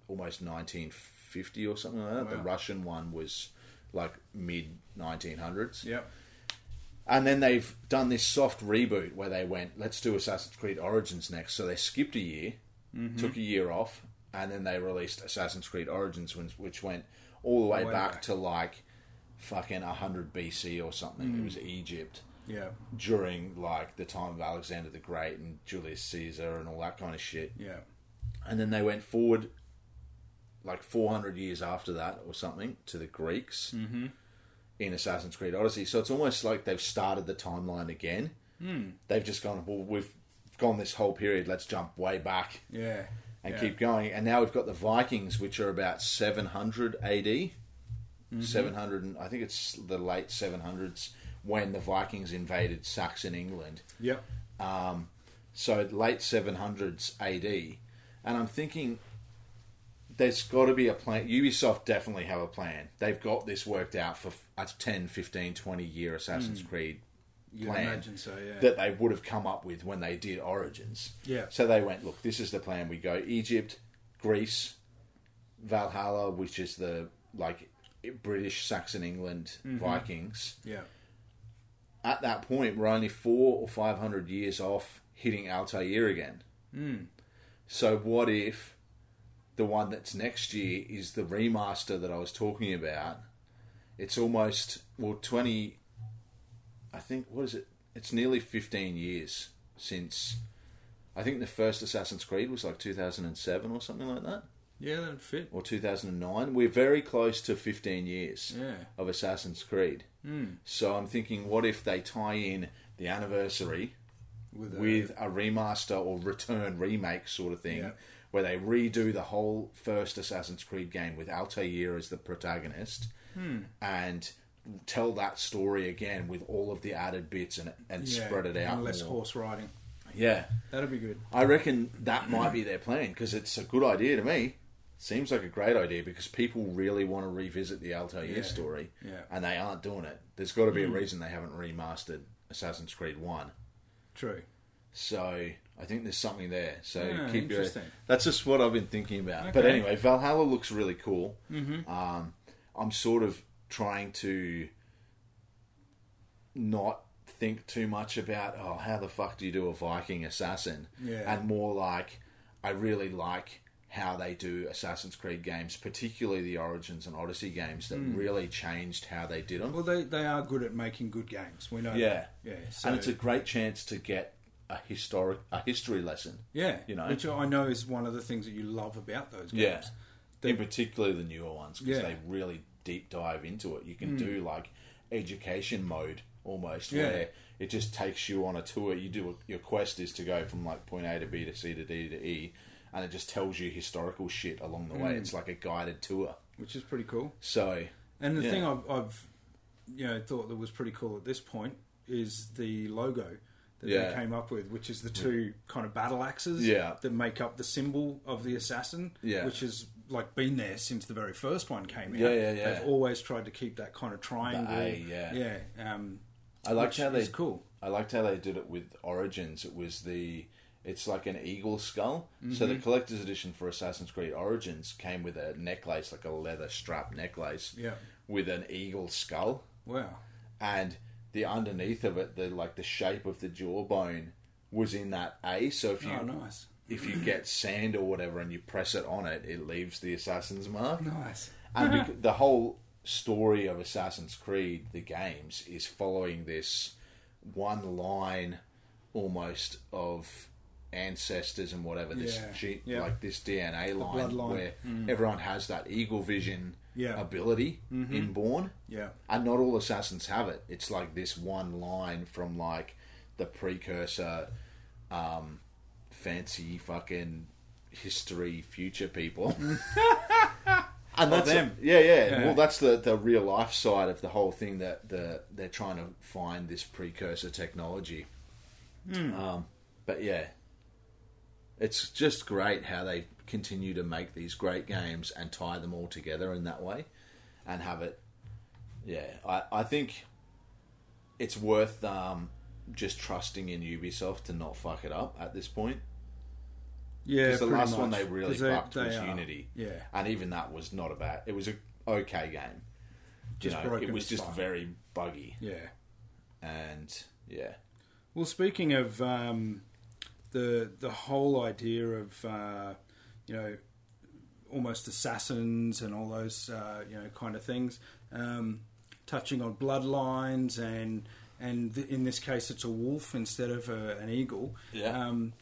Speaker 4: almost 1950 or something like that. The
Speaker 3: Wow.
Speaker 4: Russian one was like mid 1900s.
Speaker 3: Yep.
Speaker 4: And then they've done this soft reboot where they went, let's do Assassin's Creed Origins next. So they skipped a year took a year off, and then they released Assassin's Creed Origins, which- which went all the way,
Speaker 3: Way
Speaker 4: back,
Speaker 3: back.
Speaker 4: to like fucking 100 BC or something. It was Egypt
Speaker 3: Yeah.
Speaker 4: during like the time of Alexander the Great and Julius Caesar and all that kind of shit.
Speaker 3: Yeah.
Speaker 4: And then they went forward like 400 years after that or something to the Greeks in Assassin's Creed Odyssey. So it's almost like they've started the timeline again. They've just gone, well, we've gone this whole period, let's jump way back
Speaker 3: Yeah.
Speaker 4: and
Speaker 3: yeah.
Speaker 4: keep going. And now we've got the Vikings, which are about 700 AD. 700, and I think it's the late 700s when the Vikings invaded Saxon England.
Speaker 3: Yep.
Speaker 4: So late 700s AD. And I'm thinking there's got to be a plan. Ubisoft definitely have a plan. They've got this worked out for f- a 10, 15, 20 year Assassin's Creed
Speaker 3: Hmm. You'd
Speaker 4: plan
Speaker 3: imagine so, yeah.
Speaker 4: that they would have come up with when they did Origins.
Speaker 3: Yeah.
Speaker 4: So they went, look, this is the plan. We go Egypt, Greece, Valhalla, which is the like British Saxon England
Speaker 3: Mm-hmm.
Speaker 4: Vikings.
Speaker 3: yeah.
Speaker 4: At that point, we're only four or five hundred years off hitting Altair again. So what if the one that's next year is the remaster that I was talking about? It's almost well twenty. I think what is it? It's nearly fifteen years since. I think the first Assassin's Creed was like 2007 or something like that,
Speaker 3: Yeah, that'd fit.
Speaker 4: or 2009. We're very close to 15 years
Speaker 3: Yeah. Hmm.
Speaker 4: of Assassin's Creed. So I'm thinking, what if they tie in the anniversary
Speaker 3: With, uh, a,
Speaker 4: with a remaster or return remake sort of thing,
Speaker 3: Yeah.
Speaker 4: where they redo the whole first Assassin's Creed game with Altair as the protagonist,
Speaker 3: Hmm.
Speaker 4: and tell that story again with all of the added bits and and
Speaker 3: yeah,
Speaker 4: spread it out.
Speaker 3: and less
Speaker 4: more.
Speaker 3: horse riding.
Speaker 4: Yeah,
Speaker 3: That'd be good.
Speaker 4: I reckon that might be their plan because it's a good idea to me. Seems like a great idea because people really want to revisit the Altair
Speaker 3: Yeah.
Speaker 4: story,
Speaker 3: Yeah. Hmm.
Speaker 4: and they aren't doing it. There's got to be a reason they haven't remastered Assassin's Creed One.
Speaker 3: True.
Speaker 4: So I think there's something there. So
Speaker 3: Yeah,
Speaker 4: keep your.
Speaker 3: interesting.
Speaker 4: That's just what I've been thinking about. But
Speaker 3: Okay.
Speaker 4: anyway, Valhalla looks really cool. Mm-hmm. Um, I'm sort of trying to not think too much about oh how the fuck do you do a Viking assassin,
Speaker 3: Yeah.
Speaker 4: and more like I really like how they do Assassin's Creed games, particularly the Origins and Odyssey games that really changed how they did them.
Speaker 3: Hmm. Well, they, they are good at making good games. We know.
Speaker 4: Yeah,
Speaker 3: That. Yeah. So,
Speaker 4: and it's a great chance to get a historic a history lesson.
Speaker 3: yeah.
Speaker 4: you know.
Speaker 3: which I know is one of the things that you love about those games.
Speaker 4: Yeah, in particular the newer ones because
Speaker 3: Yeah. Hmm.
Speaker 4: they really deep dive into it. You can do like education mode almost,
Speaker 3: Yeah.
Speaker 4: where it just takes you on a tour. You do your quest is to go from like point A to B to C to D to E, and it just tells you historical shit along the
Speaker 3: Hmm.
Speaker 4: way. It's like a guided tour.
Speaker 3: Which is pretty cool.
Speaker 4: So
Speaker 3: And the
Speaker 4: Yeah.
Speaker 3: thing I've, I've you know thought that was pretty cool at this point is the logo that
Speaker 4: Yeah.
Speaker 3: they came up with, which is the two kind of battle axes
Speaker 4: Yeah.
Speaker 3: that make up the symbol of the assassin,
Speaker 4: Yeah.
Speaker 3: which has like been there since the very first one came out.
Speaker 4: Yeah, yeah, yeah. eh,
Speaker 3: They've always tried to keep that kind of triangle.
Speaker 4: yeah.
Speaker 3: yeah. Um,
Speaker 4: I liked
Speaker 3: which
Speaker 4: how they
Speaker 3: is cool.
Speaker 4: I liked how they did it with Origins. It was the it's like an eagle skull. So
Speaker 3: Mm-hmm.
Speaker 4: the collector's edition for Assassin's Creed Origins came with a necklace, like a leather strap necklace,
Speaker 3: Yeah.
Speaker 4: with an eagle skull,
Speaker 3: Wow. Oh,
Speaker 4: and the underneath of it, the like the shape of the jawbone was in that A. So if you
Speaker 3: Oh, nice,
Speaker 4: if you get sand or whatever and you press it on it, it leaves the assassin's mark.
Speaker 3: nice. (laughs)
Speaker 4: And bec- the whole story of Assassin's Creed, the games, is following this one line almost of ancestors and whatever this
Speaker 3: Yeah,
Speaker 4: gene-
Speaker 3: yeah.
Speaker 4: like this DNA line
Speaker 3: bloodline. Mm.
Speaker 4: where everyone has that eagle vision
Speaker 3: Yeah. Mm-hmm.
Speaker 4: ability inborn.
Speaker 3: Yeah.
Speaker 4: And not all assassins have it. It's like this one line from like the precursor um fancy fucking history future people. (laughs) And that's
Speaker 3: them.
Speaker 4: yeah, yeah,
Speaker 3: Yeah.
Speaker 4: Well, that's the, the real life side of the whole thing that the they're trying to find this precursor technology.
Speaker 3: Hmm.
Speaker 4: Um, but yeah, it's just great how they continue to make these great games and tie them all together in that way, and have it. Yeah, I I think it's worth um, just trusting in Ubisoft to not fuck it up at this point.
Speaker 3: Yeah,
Speaker 4: Because the
Speaker 3: pretty
Speaker 4: last one
Speaker 3: much.
Speaker 4: they really
Speaker 3: 'Cause they-
Speaker 4: fucked
Speaker 3: they
Speaker 4: was
Speaker 3: are.
Speaker 4: Unity.
Speaker 3: Yeah,
Speaker 4: And even that was not a bad. It was a okay game. You
Speaker 3: Just
Speaker 4: know,
Speaker 3: broken
Speaker 4: it was
Speaker 3: as
Speaker 4: just
Speaker 3: fuck.
Speaker 4: very buggy
Speaker 3: yeah.
Speaker 4: and yeah.
Speaker 3: Well, speaking of um, the the whole idea of uh, you know almost assassins and all those uh, you know kind of things, um, touching on bloodlines and and th- in this case it's a wolf instead of a, an eagle.
Speaker 4: Yeah.
Speaker 3: Um,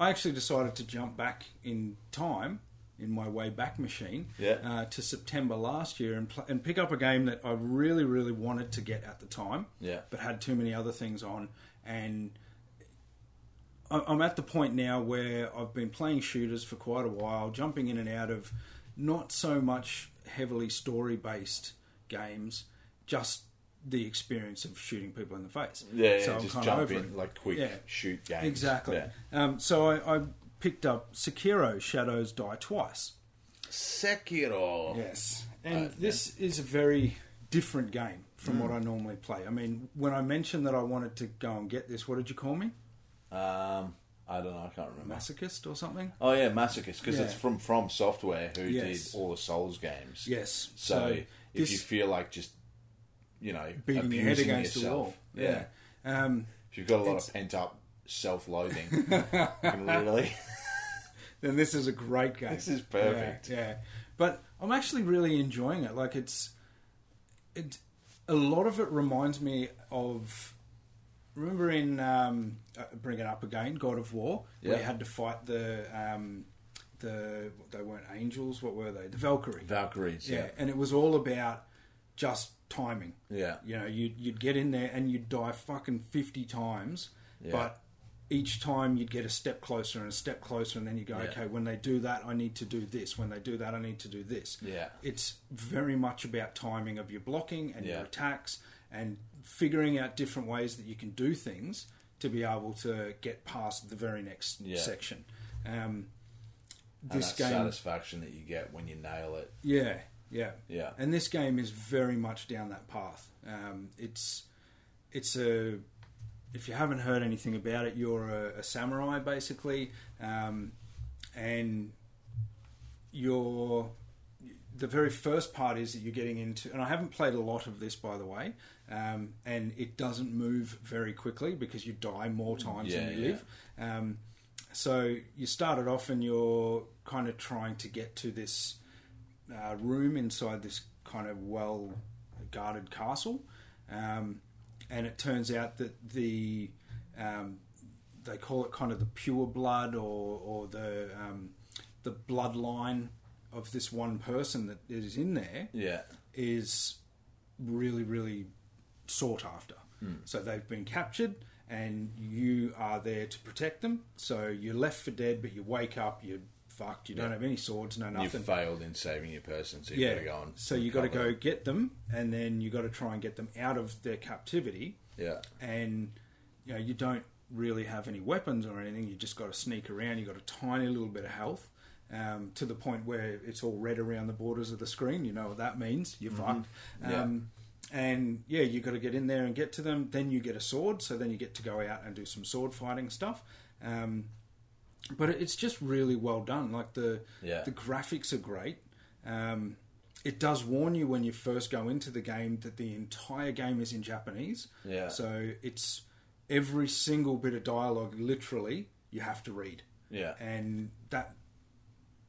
Speaker 3: I actually decided to jump back in time in my way back machine
Speaker 4: Yeah.
Speaker 3: uh, to September last year and pl- and pick up a game that I really really wanted to get at the time.
Speaker 4: Yeah.
Speaker 3: But had too many other things on and. I- I'm at the point now where I've been playing shooters for quite a while, jumping in and out of not so much heavily story based games, just the experience of shooting people in the face.
Speaker 4: Yeah, yeah,
Speaker 3: so I'm
Speaker 4: just
Speaker 3: kinda
Speaker 4: jump
Speaker 3: over
Speaker 4: in
Speaker 3: it.
Speaker 4: like quick
Speaker 3: Yeah.
Speaker 4: shoot games.
Speaker 3: Exactly.
Speaker 4: Yeah.
Speaker 3: Um, so I, I picked up Sekiro Shadows Die Twice.
Speaker 4: Sekiro.
Speaker 3: Yes. And
Speaker 4: Uh,
Speaker 3: this is a very different game from
Speaker 4: Mm.
Speaker 3: what I normally play. I mean, when I mentioned that I wanted to go and get this, what did you call me?
Speaker 4: Um, I don't know. I can't remember.
Speaker 3: Masochist or something?
Speaker 4: Oh yeah, Masochist because it's
Speaker 3: Yeah.
Speaker 4: from From Software who
Speaker 3: Yes.
Speaker 4: did all the Souls games.
Speaker 3: Yes.
Speaker 4: So, if
Speaker 3: this-
Speaker 4: you feel like just you know
Speaker 3: beating your head
Speaker 4: abusing
Speaker 3: against the
Speaker 4: yourself,
Speaker 3: wall.
Speaker 4: yeah.
Speaker 3: Yeah. Um,
Speaker 4: If you've got a lot
Speaker 3: It's-
Speaker 4: of pent up self-loathing,
Speaker 3: (laughs)
Speaker 4: you can (laughs) really.
Speaker 3: then this is a great game.
Speaker 4: This is perfect.
Speaker 3: Yeah, yeah. But I'm actually really enjoying it. Like it's it a lot of it reminds me of remember in um uh, bring it up again, God of War, where you
Speaker 4: Yeah.
Speaker 3: had to fight the um the they weren't angels, what were they? The Valkyrie.
Speaker 4: Valkyries,
Speaker 3: yeah.
Speaker 4: yeah,
Speaker 3: and it was all about just timing.
Speaker 4: Yeah.
Speaker 3: you know, you'd you'd get in there and you'd die fucking fifty times, but each time you'd get a step closer and a step closer, and then you go,
Speaker 4: Yeah.
Speaker 3: okay, when they do that, I need to do this. When they do that, I need to do this.
Speaker 4: Yeah.
Speaker 3: it's very much about timing of your blocking and your
Speaker 4: Yeah.
Speaker 3: attacks and figuring out different ways that you can do things to be able to get past the very next
Speaker 4: Yeah.
Speaker 3: section. Um,
Speaker 4: and
Speaker 3: this
Speaker 4: that
Speaker 3: game,
Speaker 4: satisfaction that you get when you nail it.
Speaker 3: yeah, yeah,
Speaker 4: Yeah.
Speaker 3: And this game is very much down that path. Um, it's it's a if you haven't heard anything about it, you're a, a samurai basically, um, and you're the very first part is that you're getting into, and I haven't played a lot of this, by the way, um, and it doesn't move very quickly because you die more times
Speaker 4: Yeah,
Speaker 3: than you
Speaker 4: yeah.
Speaker 3: live. Um, so you started off and you're kind of trying to get to this uh, room inside this kind of well guarded castle, um, and it turns out that the um, they call it kind of the pure blood or, or the um, the bloodline of this one person that is in there
Speaker 4: Yeah,
Speaker 3: is really, really sought after. So they've been captured, and you are there to protect them. So you're left for dead, but you wake up, you're fucked. You don't have any swords, no
Speaker 4: you
Speaker 3: nothing.
Speaker 4: failed in saving your person, so you
Speaker 3: yeah.
Speaker 4: got to go on.
Speaker 3: so you got to go get them, and then you got to try and get them out of their captivity.
Speaker 4: Yeah,
Speaker 3: And you know you don't really have any weapons or anything. You just got to sneak around. You got a tiny little bit of health. Um, to the point where it's all red around the borders of the screen, you know what that means. You're fucked.
Speaker 4: Mm-hmm. Yeah.
Speaker 3: Um, and yeah, you got to get in there and get to them. Then you get a sword, so then you get to go out and do some sword fighting stuff. Um, but it- it's just really well done. Like the
Speaker 4: Yeah.
Speaker 3: the graphics are great. Um, it does warn you when you first go into the game that the entire game is in Japanese.
Speaker 4: Yeah.
Speaker 3: So it's every single bit of dialogue, literally, you have to read,
Speaker 4: yeah,
Speaker 3: and that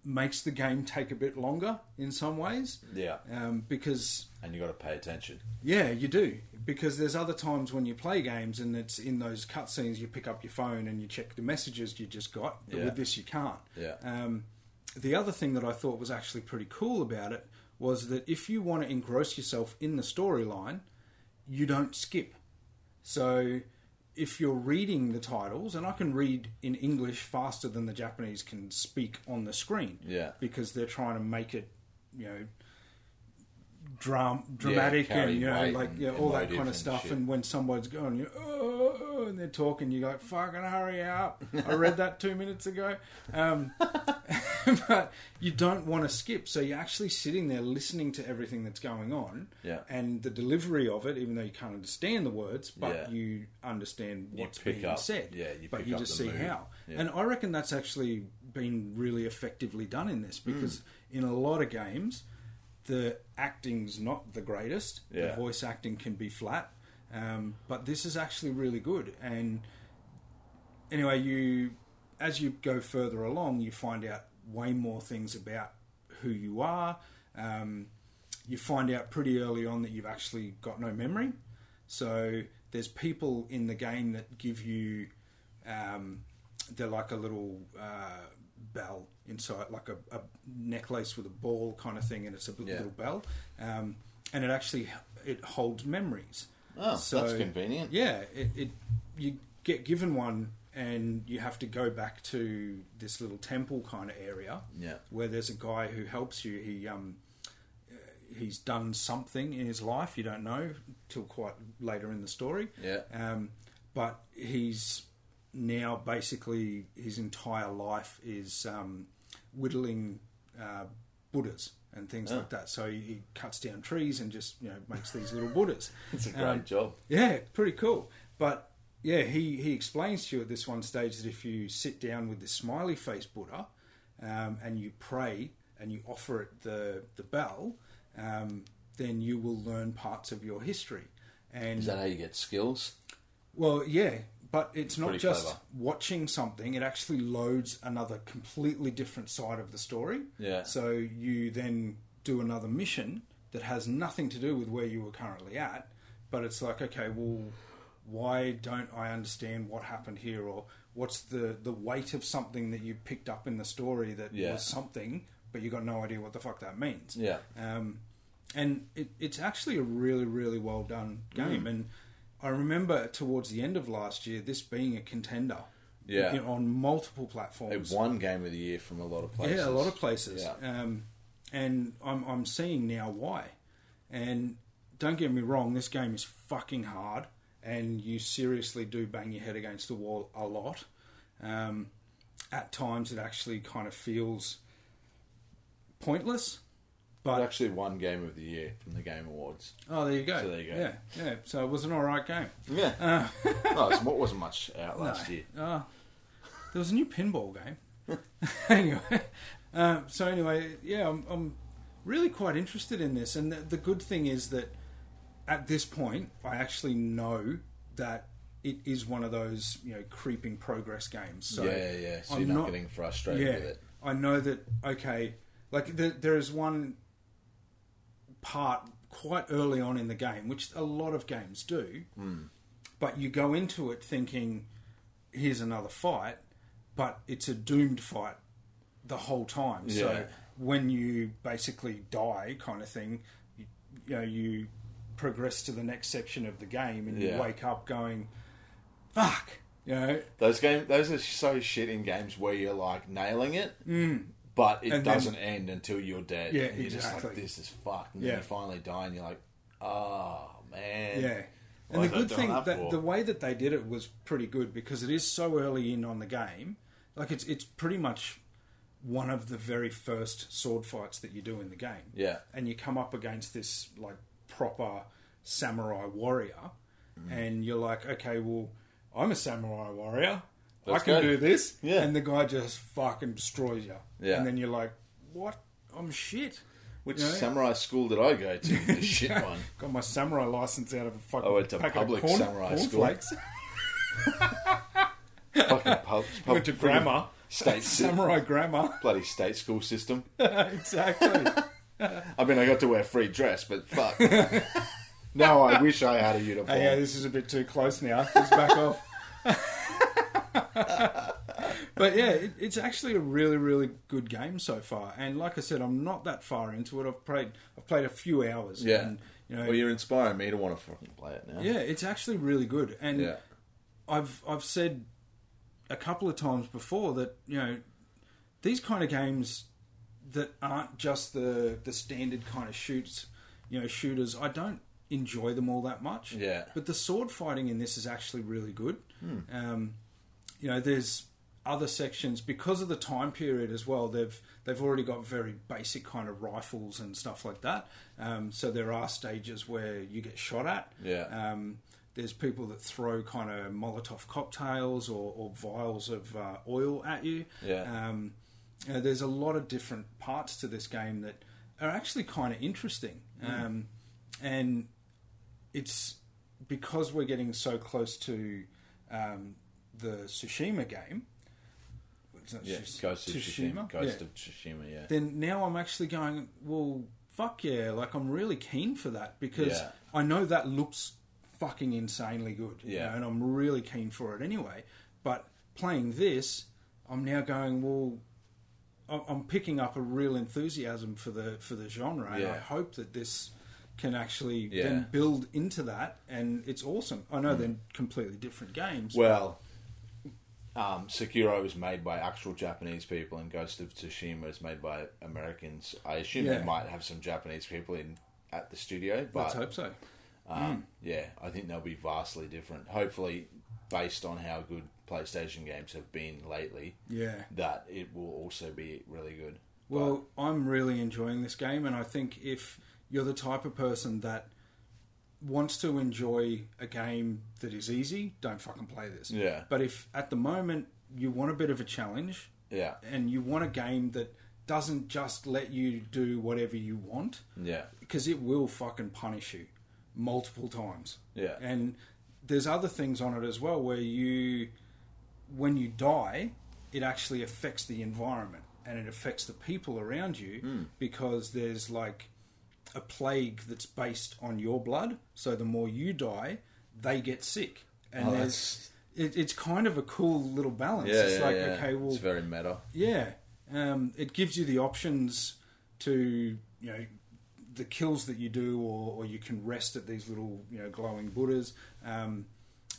Speaker 3: makes the game take a bit longer in some ways.
Speaker 4: yeah,
Speaker 3: Um, because
Speaker 4: and you got to pay attention.
Speaker 3: yeah, you do because there's other times when you play games and it's in those cutscenes you pick up your phone and you check the messages you just got. But
Speaker 4: Yeah.
Speaker 3: with this, you can't.
Speaker 4: Yeah.
Speaker 3: Um, the other thing that I thought was actually pretty cool about it was that if you want to engross yourself in the storyline, you don't skip. So if you're reading the titles, and I can read in English faster than the Japanese can speak on the screen,
Speaker 4: Yeah.
Speaker 3: because they're trying to make it, you know, dram- dramatic
Speaker 4: carry
Speaker 3: and you know,
Speaker 4: weight
Speaker 3: like
Speaker 4: and
Speaker 3: yeah, all that
Speaker 4: emotive
Speaker 3: kind of
Speaker 4: and
Speaker 3: stuff.
Speaker 4: shit.
Speaker 3: And when someone's going, you oh, oh, and they're talking, you go, "Fucking hurry up!" I read that two minutes ago. Um, (laughs) but you don't want to skip, so you're actually sitting there listening to everything that's going on,
Speaker 4: Yeah.
Speaker 3: and the delivery of it, even though you can't understand the words, but
Speaker 4: Yeah.
Speaker 3: you understand what's
Speaker 4: pick
Speaker 3: being
Speaker 4: up-
Speaker 3: said.
Speaker 4: yeah, you
Speaker 3: but
Speaker 4: pick
Speaker 3: you
Speaker 4: up
Speaker 3: just
Speaker 4: the
Speaker 3: see
Speaker 4: mood.
Speaker 3: how.
Speaker 4: Yeah.
Speaker 3: And I reckon that's actually been really effectively done in this because
Speaker 4: Hmm.
Speaker 3: in a lot of games, the acting's not the greatest. The
Speaker 4: Yeah.
Speaker 3: voice acting can be flat, um, but this is actually really good. And anyway, you as you go further along, you find out way more things about who you are. Um, you find out pretty early on that you've actually got no memory. So there's people in the game that give you, um, they're like a little uh, bell inside, like a, a necklace with a ball kind of thing, and it's a b-
Speaker 4: Yeah.
Speaker 3: little bell, um, and it actually it holds memories.
Speaker 4: Oh, that's convenient.
Speaker 3: Yeah, it, it you get given one and you have to go back to this little temple kind of area.
Speaker 4: Yeah.
Speaker 3: Where there's a guy who helps you. He um uh, he's done something in his life you don't know till quite later in the story.
Speaker 4: Yeah.
Speaker 3: Um but he's now basically his entire life is um, whittling uh, Buddhas and things like that. So he, he cuts down trees and just you know makes these little Buddhas.
Speaker 4: It's a great
Speaker 3: Um,
Speaker 4: job.
Speaker 3: yeah, pretty cool. But yeah, he, he explains to you at this one stage that if you sit down with this smiley face Buddha um, and you pray and you offer it the the bell, um, then you will learn parts of your history. And
Speaker 4: Is that how you get skills?
Speaker 3: well, yeah, but it's not
Speaker 4: Pretty
Speaker 3: just
Speaker 4: clever.
Speaker 3: watching something; it actually loads another completely different side of the story.
Speaker 4: Yeah.
Speaker 3: So you then do another mission that has nothing to do with where you were currently at, but it's like, okay, well, why don't I understand what happened here, or what's the the weight of something that you picked up in the story that
Speaker 4: Yeah.
Speaker 3: was something, but you got no idea what the fuck that means.
Speaker 4: Yeah.
Speaker 3: Um, and it, it's actually a really, really well done
Speaker 4: Mm.
Speaker 3: game. And I remember towards the end of last year, this being a contender.
Speaker 4: Yeah.
Speaker 3: You know, on multiple
Speaker 4: It
Speaker 3: platforms.
Speaker 4: won game of the year from a lot of places.
Speaker 3: Yeah, a lot of places.
Speaker 4: Yeah.
Speaker 3: Um, and I'm, I'm seeing now why. And don't get me wrong, this game is fucking hard. And you seriously do bang your head against the wall a lot. Um, at times, it actually kind of feels pointless.
Speaker 4: It
Speaker 3: But
Speaker 4: actually won game of the year from the Game Awards.
Speaker 3: Oh, there you go.
Speaker 4: So there you go.
Speaker 3: Yeah, yeah. So it was an all right game.
Speaker 4: Yeah.
Speaker 3: Uh,
Speaker 4: no,
Speaker 3: (laughs)
Speaker 4: it wasn't much out last year.
Speaker 3: There was a new pinball game.
Speaker 4: (laughs)
Speaker 3: (laughs) anyway, um, so anyway, yeah, I'm, I'm really quite interested in this, and the, the good thing is that at this point, I actually know that it is one of those you know creeping progress games. So
Speaker 4: yeah, yeah, yeah. So
Speaker 3: I'm
Speaker 4: you're not,
Speaker 3: not-
Speaker 4: getting frustrated with it.
Speaker 3: I know that. Okay, like the, there is one part quite early on in the game, which a lot of games do,
Speaker 4: Hmm.
Speaker 3: but you go into it thinking, "Here's another fight," but it's a doomed fight the whole time.
Speaker 4: Yeah.
Speaker 3: So when you basically die, kind of thing, you, you know, you progress to the next section of the game, and
Speaker 4: Yeah.
Speaker 3: you wake up going, "Fuck." You know,
Speaker 4: Those game, those are so shit in games where you're like nailing it, but it
Speaker 3: Mm. And then-
Speaker 4: doesn't end until you're dead.
Speaker 3: Yeah,
Speaker 4: and you're just like
Speaker 3: exactly.
Speaker 4: this is fucked, and
Speaker 3: Yeah.
Speaker 4: then you finally die, and you're like, oh man,
Speaker 3: Yeah. And the
Speaker 4: Why is that
Speaker 3: good
Speaker 4: done
Speaker 3: thing
Speaker 4: that
Speaker 3: that
Speaker 4: for?
Speaker 3: the way that they did it was pretty good because it is so early in on the game. Like it's it's pretty much one of the very first sword fights that you do in the game.
Speaker 4: Yeah.
Speaker 3: And you come up against this like proper samurai warrior
Speaker 4: Mm-hmm.
Speaker 3: and you're like, Okay, well, I'm a samurai warrior.
Speaker 4: Let's
Speaker 3: I can
Speaker 4: go."
Speaker 3: do this.
Speaker 4: Yeah.
Speaker 3: And the guy just fucking destroys you.
Speaker 4: Yeah.
Speaker 3: And then you're like, What? I'm shit.
Speaker 4: Which
Speaker 3: You know?
Speaker 4: samurai school did I go to?
Speaker 3: (laughs)
Speaker 4: The shit one.
Speaker 3: Got my samurai license out of a fucking.
Speaker 4: I went to
Speaker 3: packet
Speaker 4: Oh, public
Speaker 3: of corn,
Speaker 4: samurai school. (laughs)
Speaker 3: cornflakes.
Speaker 4: Fucking pub, pub
Speaker 3: went to grammar. (laughs)
Speaker 4: state
Speaker 3: samurai
Speaker 4: (laughs)
Speaker 3: grammar.
Speaker 4: bloody state school system.
Speaker 3: exactly.
Speaker 4: I mean, I got to wear free dress,
Speaker 3: (laughs)
Speaker 4: but fuck. now I wish I had a uniform.
Speaker 3: Hey, (laughs) yeah, this is a bit too close now. Let's back off. (laughs) but yeah, it, it's actually a really, really good game so far. And like I said, I'm not that far into it. I've played, I've played a few hours.
Speaker 4: Yeah.
Speaker 3: And, you know,
Speaker 4: well, you're inspiring me to want to fucking play it now.
Speaker 3: yeah, it's actually really good. And
Speaker 4: Yeah.
Speaker 3: I've I've said a couple of times before that you know these kind of games that aren't just the the standard kind of shoots you know shooters I don't enjoy them all that much
Speaker 4: Yeah. Hmm.
Speaker 3: but the sword fighting in this is actually really good um, you know there's other sections because of the time period as well they've they've already got very basic kind of rifles and stuff like that um, so there are stages where you get shot at
Speaker 4: Yeah.
Speaker 3: um, there's people that throw kind of Molotov cocktails or, or vials of uh, oil at you.
Speaker 4: Yeah.
Speaker 3: Um, you know, there's a lot of different parts to this game that are actually kind of interesting.
Speaker 4: Mm.
Speaker 3: Um, and it's because we're getting so close to um, the Tsushima game, it's not
Speaker 4: Yeah,
Speaker 3: Shish-
Speaker 4: Ghost of Tsushima.
Speaker 3: Tsushima?
Speaker 4: Ghost
Speaker 3: Yeah.
Speaker 4: of Tsushima, yeah.
Speaker 3: Then now I'm actually going, well, fuck yeah. Like, I'm really keen for that because
Speaker 4: Yeah.
Speaker 3: I know that looks fucking insanely good. you
Speaker 4: Yeah.
Speaker 3: know, and I'm really keen for it anyway. But playing this, I'm now going, well, I- I'm picking up a real enthusiasm for the for the genre, and I
Speaker 4: Yeah.
Speaker 3: hope that this can actually
Speaker 4: Yeah. Hmm.
Speaker 3: then build into that, and it's awesome. I know they're completely different games.
Speaker 4: Well, um, Sekiro was made by actual Japanese people, and Ghost of Tsushima is made by Americans. I assume
Speaker 3: Yeah.
Speaker 4: they might have some Japanese people in at the studio,
Speaker 3: Let's
Speaker 4: but
Speaker 3: hope Hmm. so.
Speaker 4: um, yeah, I think they'll be vastly different. Hopefully, based on how good PlayStation games have been lately,
Speaker 3: Yeah.
Speaker 4: that it will also be really good.
Speaker 3: Well, I'm really enjoying this game, and I think if you're the type of person that wants to enjoy a game that is easy, don't fucking play this.
Speaker 4: Yeah.
Speaker 3: But if at the moment you want a bit of a challenge
Speaker 4: Yeah,
Speaker 3: and you want a game that doesn't just let you do whatever you want,
Speaker 4: yeah,
Speaker 3: because it will fucking punish you multiple times.
Speaker 4: Yeah.
Speaker 3: And there's other things on it as well where you, when you die, it actually affects the environment and it affects the people around you
Speaker 4: Hmm.
Speaker 3: because there's like a plague that's based on your blood. So the more you die, they get sick. And
Speaker 4: Oh,
Speaker 3: there's. It, it's kind of a cool little balance.
Speaker 4: yeah.
Speaker 3: it's
Speaker 4: yeah,
Speaker 3: like,
Speaker 4: yeah.
Speaker 3: okay, well,
Speaker 4: it's very meta.
Speaker 3: yeah, um, it gives you the options to you know the kills that you do, or, or you can rest at these little you know glowing Buddhas. Um,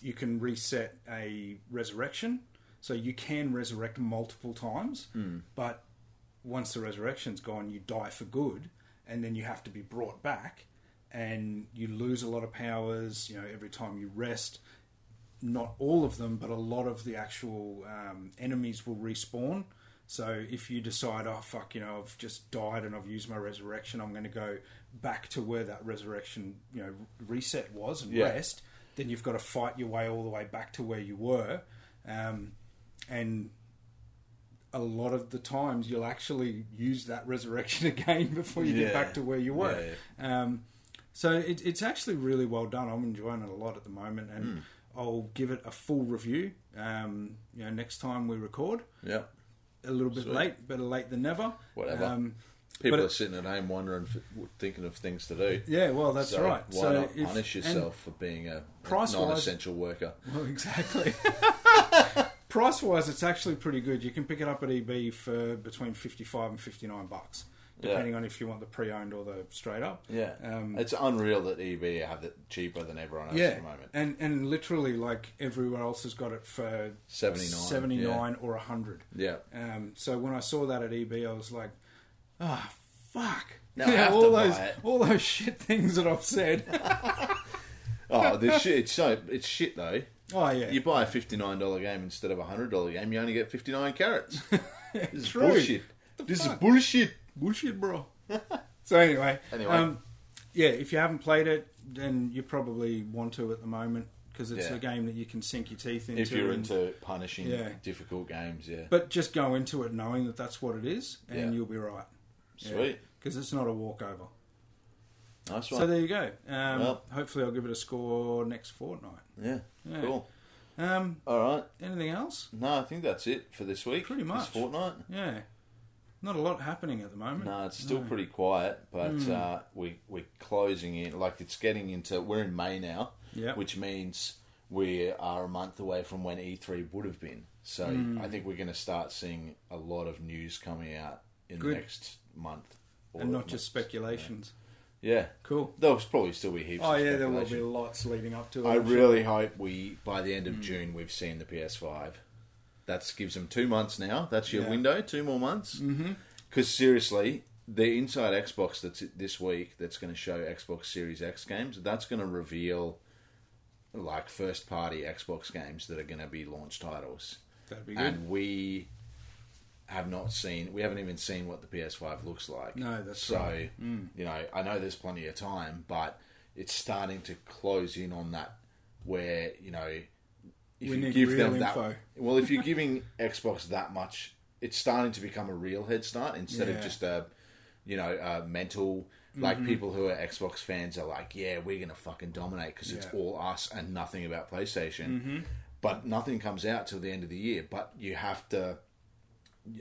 Speaker 3: you can reset a resurrection, so you can resurrect multiple times. But once the resurrection's gone, you die for good, and then you have to be brought back, and you lose a lot of powers. You know, every time you rest, not all of them, but a lot of the actual um, enemies will respawn. So if you decide, oh fuck, you know, I've just died and I've used my resurrection, I'm going to go back to where that resurrection, you know, reset was and
Speaker 4: Yeah.
Speaker 3: rest, then you've got to fight your way all the way back to where you were, um, and a lot of the times you'll actually use that resurrection (laughs) again before you
Speaker 4: Yeah.
Speaker 3: get back to where you were.
Speaker 4: Yeah,
Speaker 3: Um, so it, it's actually really well done. I'm enjoying it a lot at the moment, and
Speaker 4: Hmm.
Speaker 3: I'll give it a full review. Um, you know, next time we record,
Speaker 4: Yeah,
Speaker 3: a little bit late, better late than never.
Speaker 4: Whatever.
Speaker 3: Um,
Speaker 4: people
Speaker 3: but
Speaker 4: are
Speaker 3: it-
Speaker 4: sitting at home wondering, thinking of things to do.
Speaker 3: yeah, well, that's
Speaker 4: so
Speaker 3: right.
Speaker 4: Why
Speaker 3: so
Speaker 4: not
Speaker 3: if-
Speaker 4: punish
Speaker 3: and-
Speaker 4: yourself for being a
Speaker 3: Price-wise-
Speaker 4: non-essential worker?
Speaker 3: Well, (laughs)
Speaker 4: (laughs)
Speaker 3: exactly. Price wise, it's actually pretty good. You can pick it up at EB for between fifty-five and fifty-nine bucks,
Speaker 4: Yeah.
Speaker 3: depending on if you want the pre-owned or the straight up.
Speaker 4: Yeah,
Speaker 3: Um,
Speaker 4: it's unreal that EB have it cheaper than everyone else
Speaker 3: yeah,
Speaker 4: at the moment.
Speaker 3: and and literally like everywhere else has got it for
Speaker 4: 79,
Speaker 3: 79 or hundred.
Speaker 4: (laughs) Yeah,
Speaker 3: Um, so when I saw that at EB, I was like, ah, fuck.
Speaker 4: Now I have
Speaker 3: all
Speaker 4: to buy
Speaker 3: those
Speaker 4: it.
Speaker 3: all those shit things that I've
Speaker 4: (laughs)
Speaker 3: said.
Speaker 4: oh, this shit, it's so it's shit though.
Speaker 3: oh yeah,
Speaker 4: You buy a fifty nine dollar game instead of a hundred dollar game, you only get fifty nine (laughs) carats. This is
Speaker 3: True.
Speaker 4: bullshit. This
Speaker 3: fuck?
Speaker 4: is bullshit.
Speaker 3: bullshit, bro. (laughs) so anyway, um,
Speaker 4: Anyway.
Speaker 3: yeah, if you haven't played it, then you probably want to at the moment because it's
Speaker 4: Yeah.
Speaker 3: a game that you can sink your teeth into.
Speaker 4: If you're
Speaker 3: and-
Speaker 4: into punishing
Speaker 3: Yeah.
Speaker 4: difficult games, yeah,
Speaker 3: but just go into it knowing that that's what it is, and
Speaker 4: Yeah.
Speaker 3: you'll be right.
Speaker 4: sweet,
Speaker 3: because it's not a walkover.
Speaker 4: nice one.
Speaker 3: So there you go. Um,
Speaker 4: Well.
Speaker 3: hopefully, I'll give it a score next fortnight.
Speaker 4: yeah.
Speaker 3: Yeah.
Speaker 4: cool.
Speaker 3: Um,
Speaker 4: All right.
Speaker 3: anything else?
Speaker 4: No, I think that's it for this week.
Speaker 3: Pretty
Speaker 4: this
Speaker 3: much.
Speaker 4: fortnight.
Speaker 3: Yeah, not a lot happening at the moment.
Speaker 4: No, it's still pretty quiet, but
Speaker 3: Hmm.
Speaker 4: uh, we we're closing in. Like it's getting into we're in May now,
Speaker 3: Yep.
Speaker 4: which means we are a month away from when E three would have been. So
Speaker 3: Hmm.
Speaker 4: I think we're going to start seeing a lot of news coming out in
Speaker 3: Good.
Speaker 4: the next month, or
Speaker 3: and not
Speaker 4: months.
Speaker 3: just speculations.
Speaker 4: yeah.
Speaker 3: Cool.
Speaker 4: There'll probably still be heaps.
Speaker 3: Oh
Speaker 4: of
Speaker 3: yeah, there will be
Speaker 4: speculation.
Speaker 3: lots leading up to it.
Speaker 4: I
Speaker 3: I'm sure.
Speaker 4: really hope we by the end of June we've seen the PS Five. That gives them two months now. That's your
Speaker 3: Yeah.
Speaker 4: window. Two more months. Because mm-hmm. seriously, the Inside Xbox that's it this week that's going to show Xbox Series X games. That's going to reveal like first party Xbox games that are going to be launch titles.
Speaker 3: that'd be good.
Speaker 4: And we have not seen. We haven't even seen what the PS5 looks like.
Speaker 3: No, that's
Speaker 4: so.
Speaker 3: right.
Speaker 4: You know, I know there's plenty of time, but it's starting to close in on that where you know if
Speaker 3: We
Speaker 4: you
Speaker 3: need
Speaker 4: give
Speaker 3: real
Speaker 4: them
Speaker 3: info.
Speaker 4: that.
Speaker 3: (laughs)
Speaker 4: Well, if you're giving Xbox that much, it's starting to become a real head start instead
Speaker 3: Yeah. Mm-hmm.
Speaker 4: of just a you know a mental. Like people who are Xbox fans are like, yeah, we're gonna fucking dominate because it's
Speaker 3: Yeah. Mm-hmm.
Speaker 4: all us and nothing about PlayStation. But nothing comes out till the end of the year. But you have to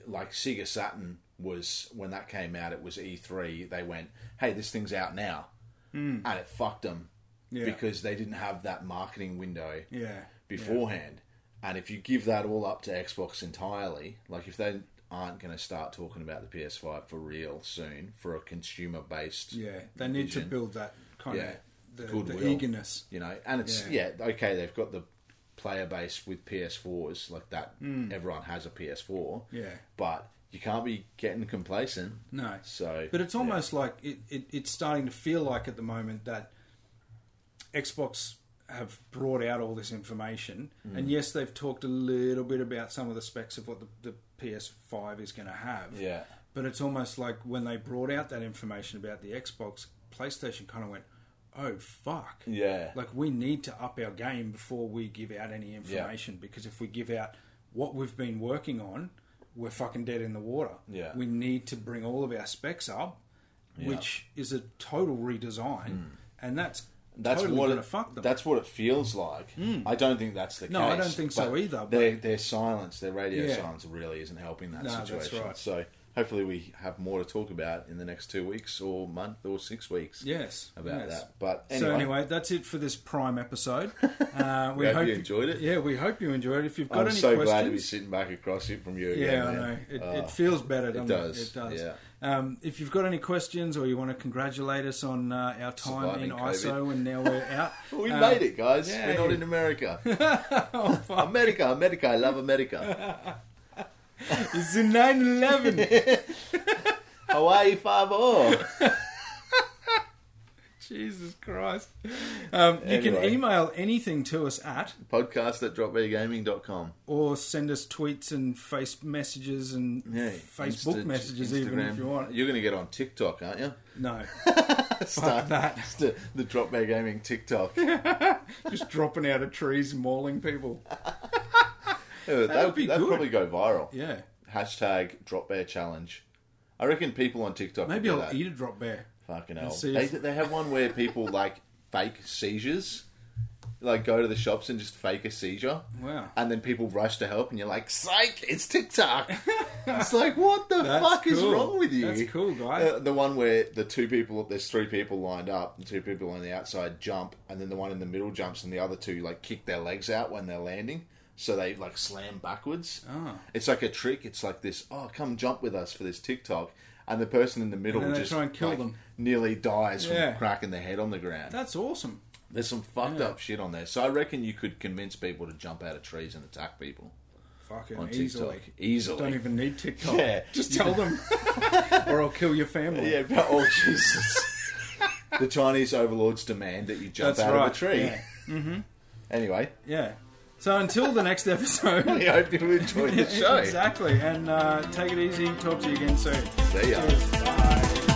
Speaker 4: like Sega Saturn was when that came out. It was E3. They went, "Hey, this thing's out now," and it fucked them
Speaker 3: Hmm. Yeah.
Speaker 4: because they didn't have that marketing window
Speaker 3: Yeah.
Speaker 4: beforehand. And if you give that all up to Xbox entirely, like if they aren't going to start talking about the PS5 for real soon for a consumer based,
Speaker 3: Yeah. They need to
Speaker 4: Vision.
Speaker 3: build that kind
Speaker 4: Yeah.
Speaker 3: of the,
Speaker 4: Goodwill.
Speaker 3: the eagerness.
Speaker 4: you know, and it's yeah.
Speaker 3: Yeah.
Speaker 4: okay, they've got the player base with PS4s like that. Everyone has a PS4,
Speaker 3: Hmm. Yeah.
Speaker 4: but you can't be getting complacent.
Speaker 3: No.
Speaker 4: So,
Speaker 3: But it's
Speaker 4: yeah.
Speaker 3: almost like it, it, it's starting to feel like at the moment that Xbox have brought out all this information.
Speaker 4: Mm.
Speaker 3: And yes, they've talked a little bit about some of the specs of what the, the PS5 is going to have.
Speaker 4: Yeah.
Speaker 3: But it's almost like when they brought out that information about the Xbox, PlayStation kind of went, oh, fuck.
Speaker 4: Yeah.
Speaker 3: Like, we need to up our game before we give out any information because if we give out what we've been working on, we're fucking dead in the water.
Speaker 4: Yeah.
Speaker 3: We need to bring all of our specs up, which is a total redesign. And that's,
Speaker 4: Hmm. that's
Speaker 3: totally
Speaker 4: what
Speaker 3: going
Speaker 4: it,
Speaker 3: to fuck them. Hmm.
Speaker 4: that's what it feels like. I don't think that's the
Speaker 3: No,
Speaker 4: case.
Speaker 3: I don't think so
Speaker 4: but
Speaker 3: either, but-
Speaker 4: Their their silence, their radio
Speaker 3: Yeah.
Speaker 4: silence, really isn't helping that
Speaker 3: No, that's
Speaker 4: situation.
Speaker 3: right.
Speaker 4: So hopefully we have more to talk about in the next two weeks or month or six weeks.
Speaker 3: yes.
Speaker 4: about
Speaker 3: yes.
Speaker 4: that. But anyway,
Speaker 3: So anyway, that's it for this Prime
Speaker 4: (laughs)
Speaker 3: episode. Uh, we
Speaker 4: Hope
Speaker 3: hope
Speaker 4: you enjoyed it.
Speaker 3: Yeah, we hope you enjoyed it. If you've got
Speaker 4: I'm
Speaker 3: any
Speaker 4: so
Speaker 3: questions,
Speaker 4: glad to be sitting back across it from you.
Speaker 3: Yeah,
Speaker 4: again,
Speaker 3: I
Speaker 4: man.
Speaker 3: know. It,
Speaker 4: Oh.
Speaker 3: it feels better.
Speaker 4: it
Speaker 3: Doesn't it
Speaker 4: does,
Speaker 3: It does.
Speaker 4: yeah.
Speaker 3: Um, if you've got any questions or you want to congratulate us on uh, our time
Speaker 4: Surviving
Speaker 3: in
Speaker 4: COVID.
Speaker 3: ISO and now we're out,
Speaker 4: (laughs) We
Speaker 3: um, (laughs)
Speaker 4: made it, guys.
Speaker 3: yay.
Speaker 4: We're not in America.
Speaker 3: (laughs) oh,
Speaker 4: America, America. I love America.
Speaker 3: It's in
Speaker 4: (laughs)
Speaker 3: 9/11.
Speaker 4: Hawaii oh. 5 0.
Speaker 3: Jesus Christ! Um, You can
Speaker 4: Anyway.
Speaker 3: email anything to us at
Speaker 4: Podcast at dropbeargaming.com.
Speaker 3: or send us tweets and face messages and
Speaker 4: Yeah.
Speaker 3: Facebook
Speaker 4: Insta-
Speaker 3: messages even if you want.
Speaker 4: You're going to get on TikTok, aren't you? (laughs)
Speaker 3: No,
Speaker 4: Start (laughs)
Speaker 3: that.
Speaker 4: The, the Drop Bear
Speaker 3: (laughs)
Speaker 4: Gaming TikTok.
Speaker 3: just dropping out of trees and mauling people.
Speaker 4: that
Speaker 3: would be
Speaker 4: that'd
Speaker 3: good.
Speaker 4: probably go viral.
Speaker 3: Yeah,
Speaker 4: Hashtag Drop Bear Challenge. I reckon people on TikTok
Speaker 3: maybe
Speaker 4: will do
Speaker 3: I'll
Speaker 4: that.
Speaker 3: eat a drop bear.
Speaker 4: Fucking hell.
Speaker 3: see
Speaker 4: They,
Speaker 3: if-
Speaker 4: they have one
Speaker 3: (laughs)
Speaker 4: where people like fake seizures. Like go to the shops and just fake a seizure.
Speaker 3: Wow.
Speaker 4: And then people rush to help and you're like, psych, it's
Speaker 3: (laughs)
Speaker 4: TikTok. it's like, what the
Speaker 3: That's
Speaker 4: fuck is
Speaker 3: cool.
Speaker 4: wrong with you?
Speaker 3: That's cool, guy.
Speaker 4: Uh, the one where the two people, there's three people lined up and two people on the outside jump and then the one in the middle jumps and the other two like kick their legs out when they're landing. So they like slam backwards.
Speaker 3: Ah.
Speaker 4: It's like a trick. It's like this, oh, come jump with us for this TikTok. And the person in the middle
Speaker 3: And then they
Speaker 4: just
Speaker 3: try and kill
Speaker 4: like,
Speaker 3: them.
Speaker 4: nearly dies
Speaker 3: Yeah.
Speaker 4: from cracking their head on the ground.
Speaker 3: That's awesome.
Speaker 4: There's some fucked
Speaker 3: Yeah.
Speaker 4: up shit on there. So I reckon you could convince people to jump out of trees and attack people
Speaker 3: Fucking
Speaker 4: on
Speaker 3: easily.
Speaker 4: TikTok. Easily.
Speaker 3: Don't even need TikTok.
Speaker 4: Yeah.
Speaker 3: (laughs) Just tell
Speaker 4: (laughs)
Speaker 3: them, or I'll kill your family.
Speaker 4: Yeah, but, oh Jesus. the Chinese overlords demand that you jump
Speaker 3: That's
Speaker 4: out
Speaker 3: right.
Speaker 4: of a tree.
Speaker 3: Yeah.
Speaker 4: Anyway,
Speaker 3: Yeah. So until the next episode.
Speaker 4: we hope you
Speaker 3: (laughs)
Speaker 4: enjoyed the (laughs) show.
Speaker 3: exactly. And uh, take it easy. Talk to you again soon.
Speaker 4: See ya.
Speaker 3: Cheers. Bye.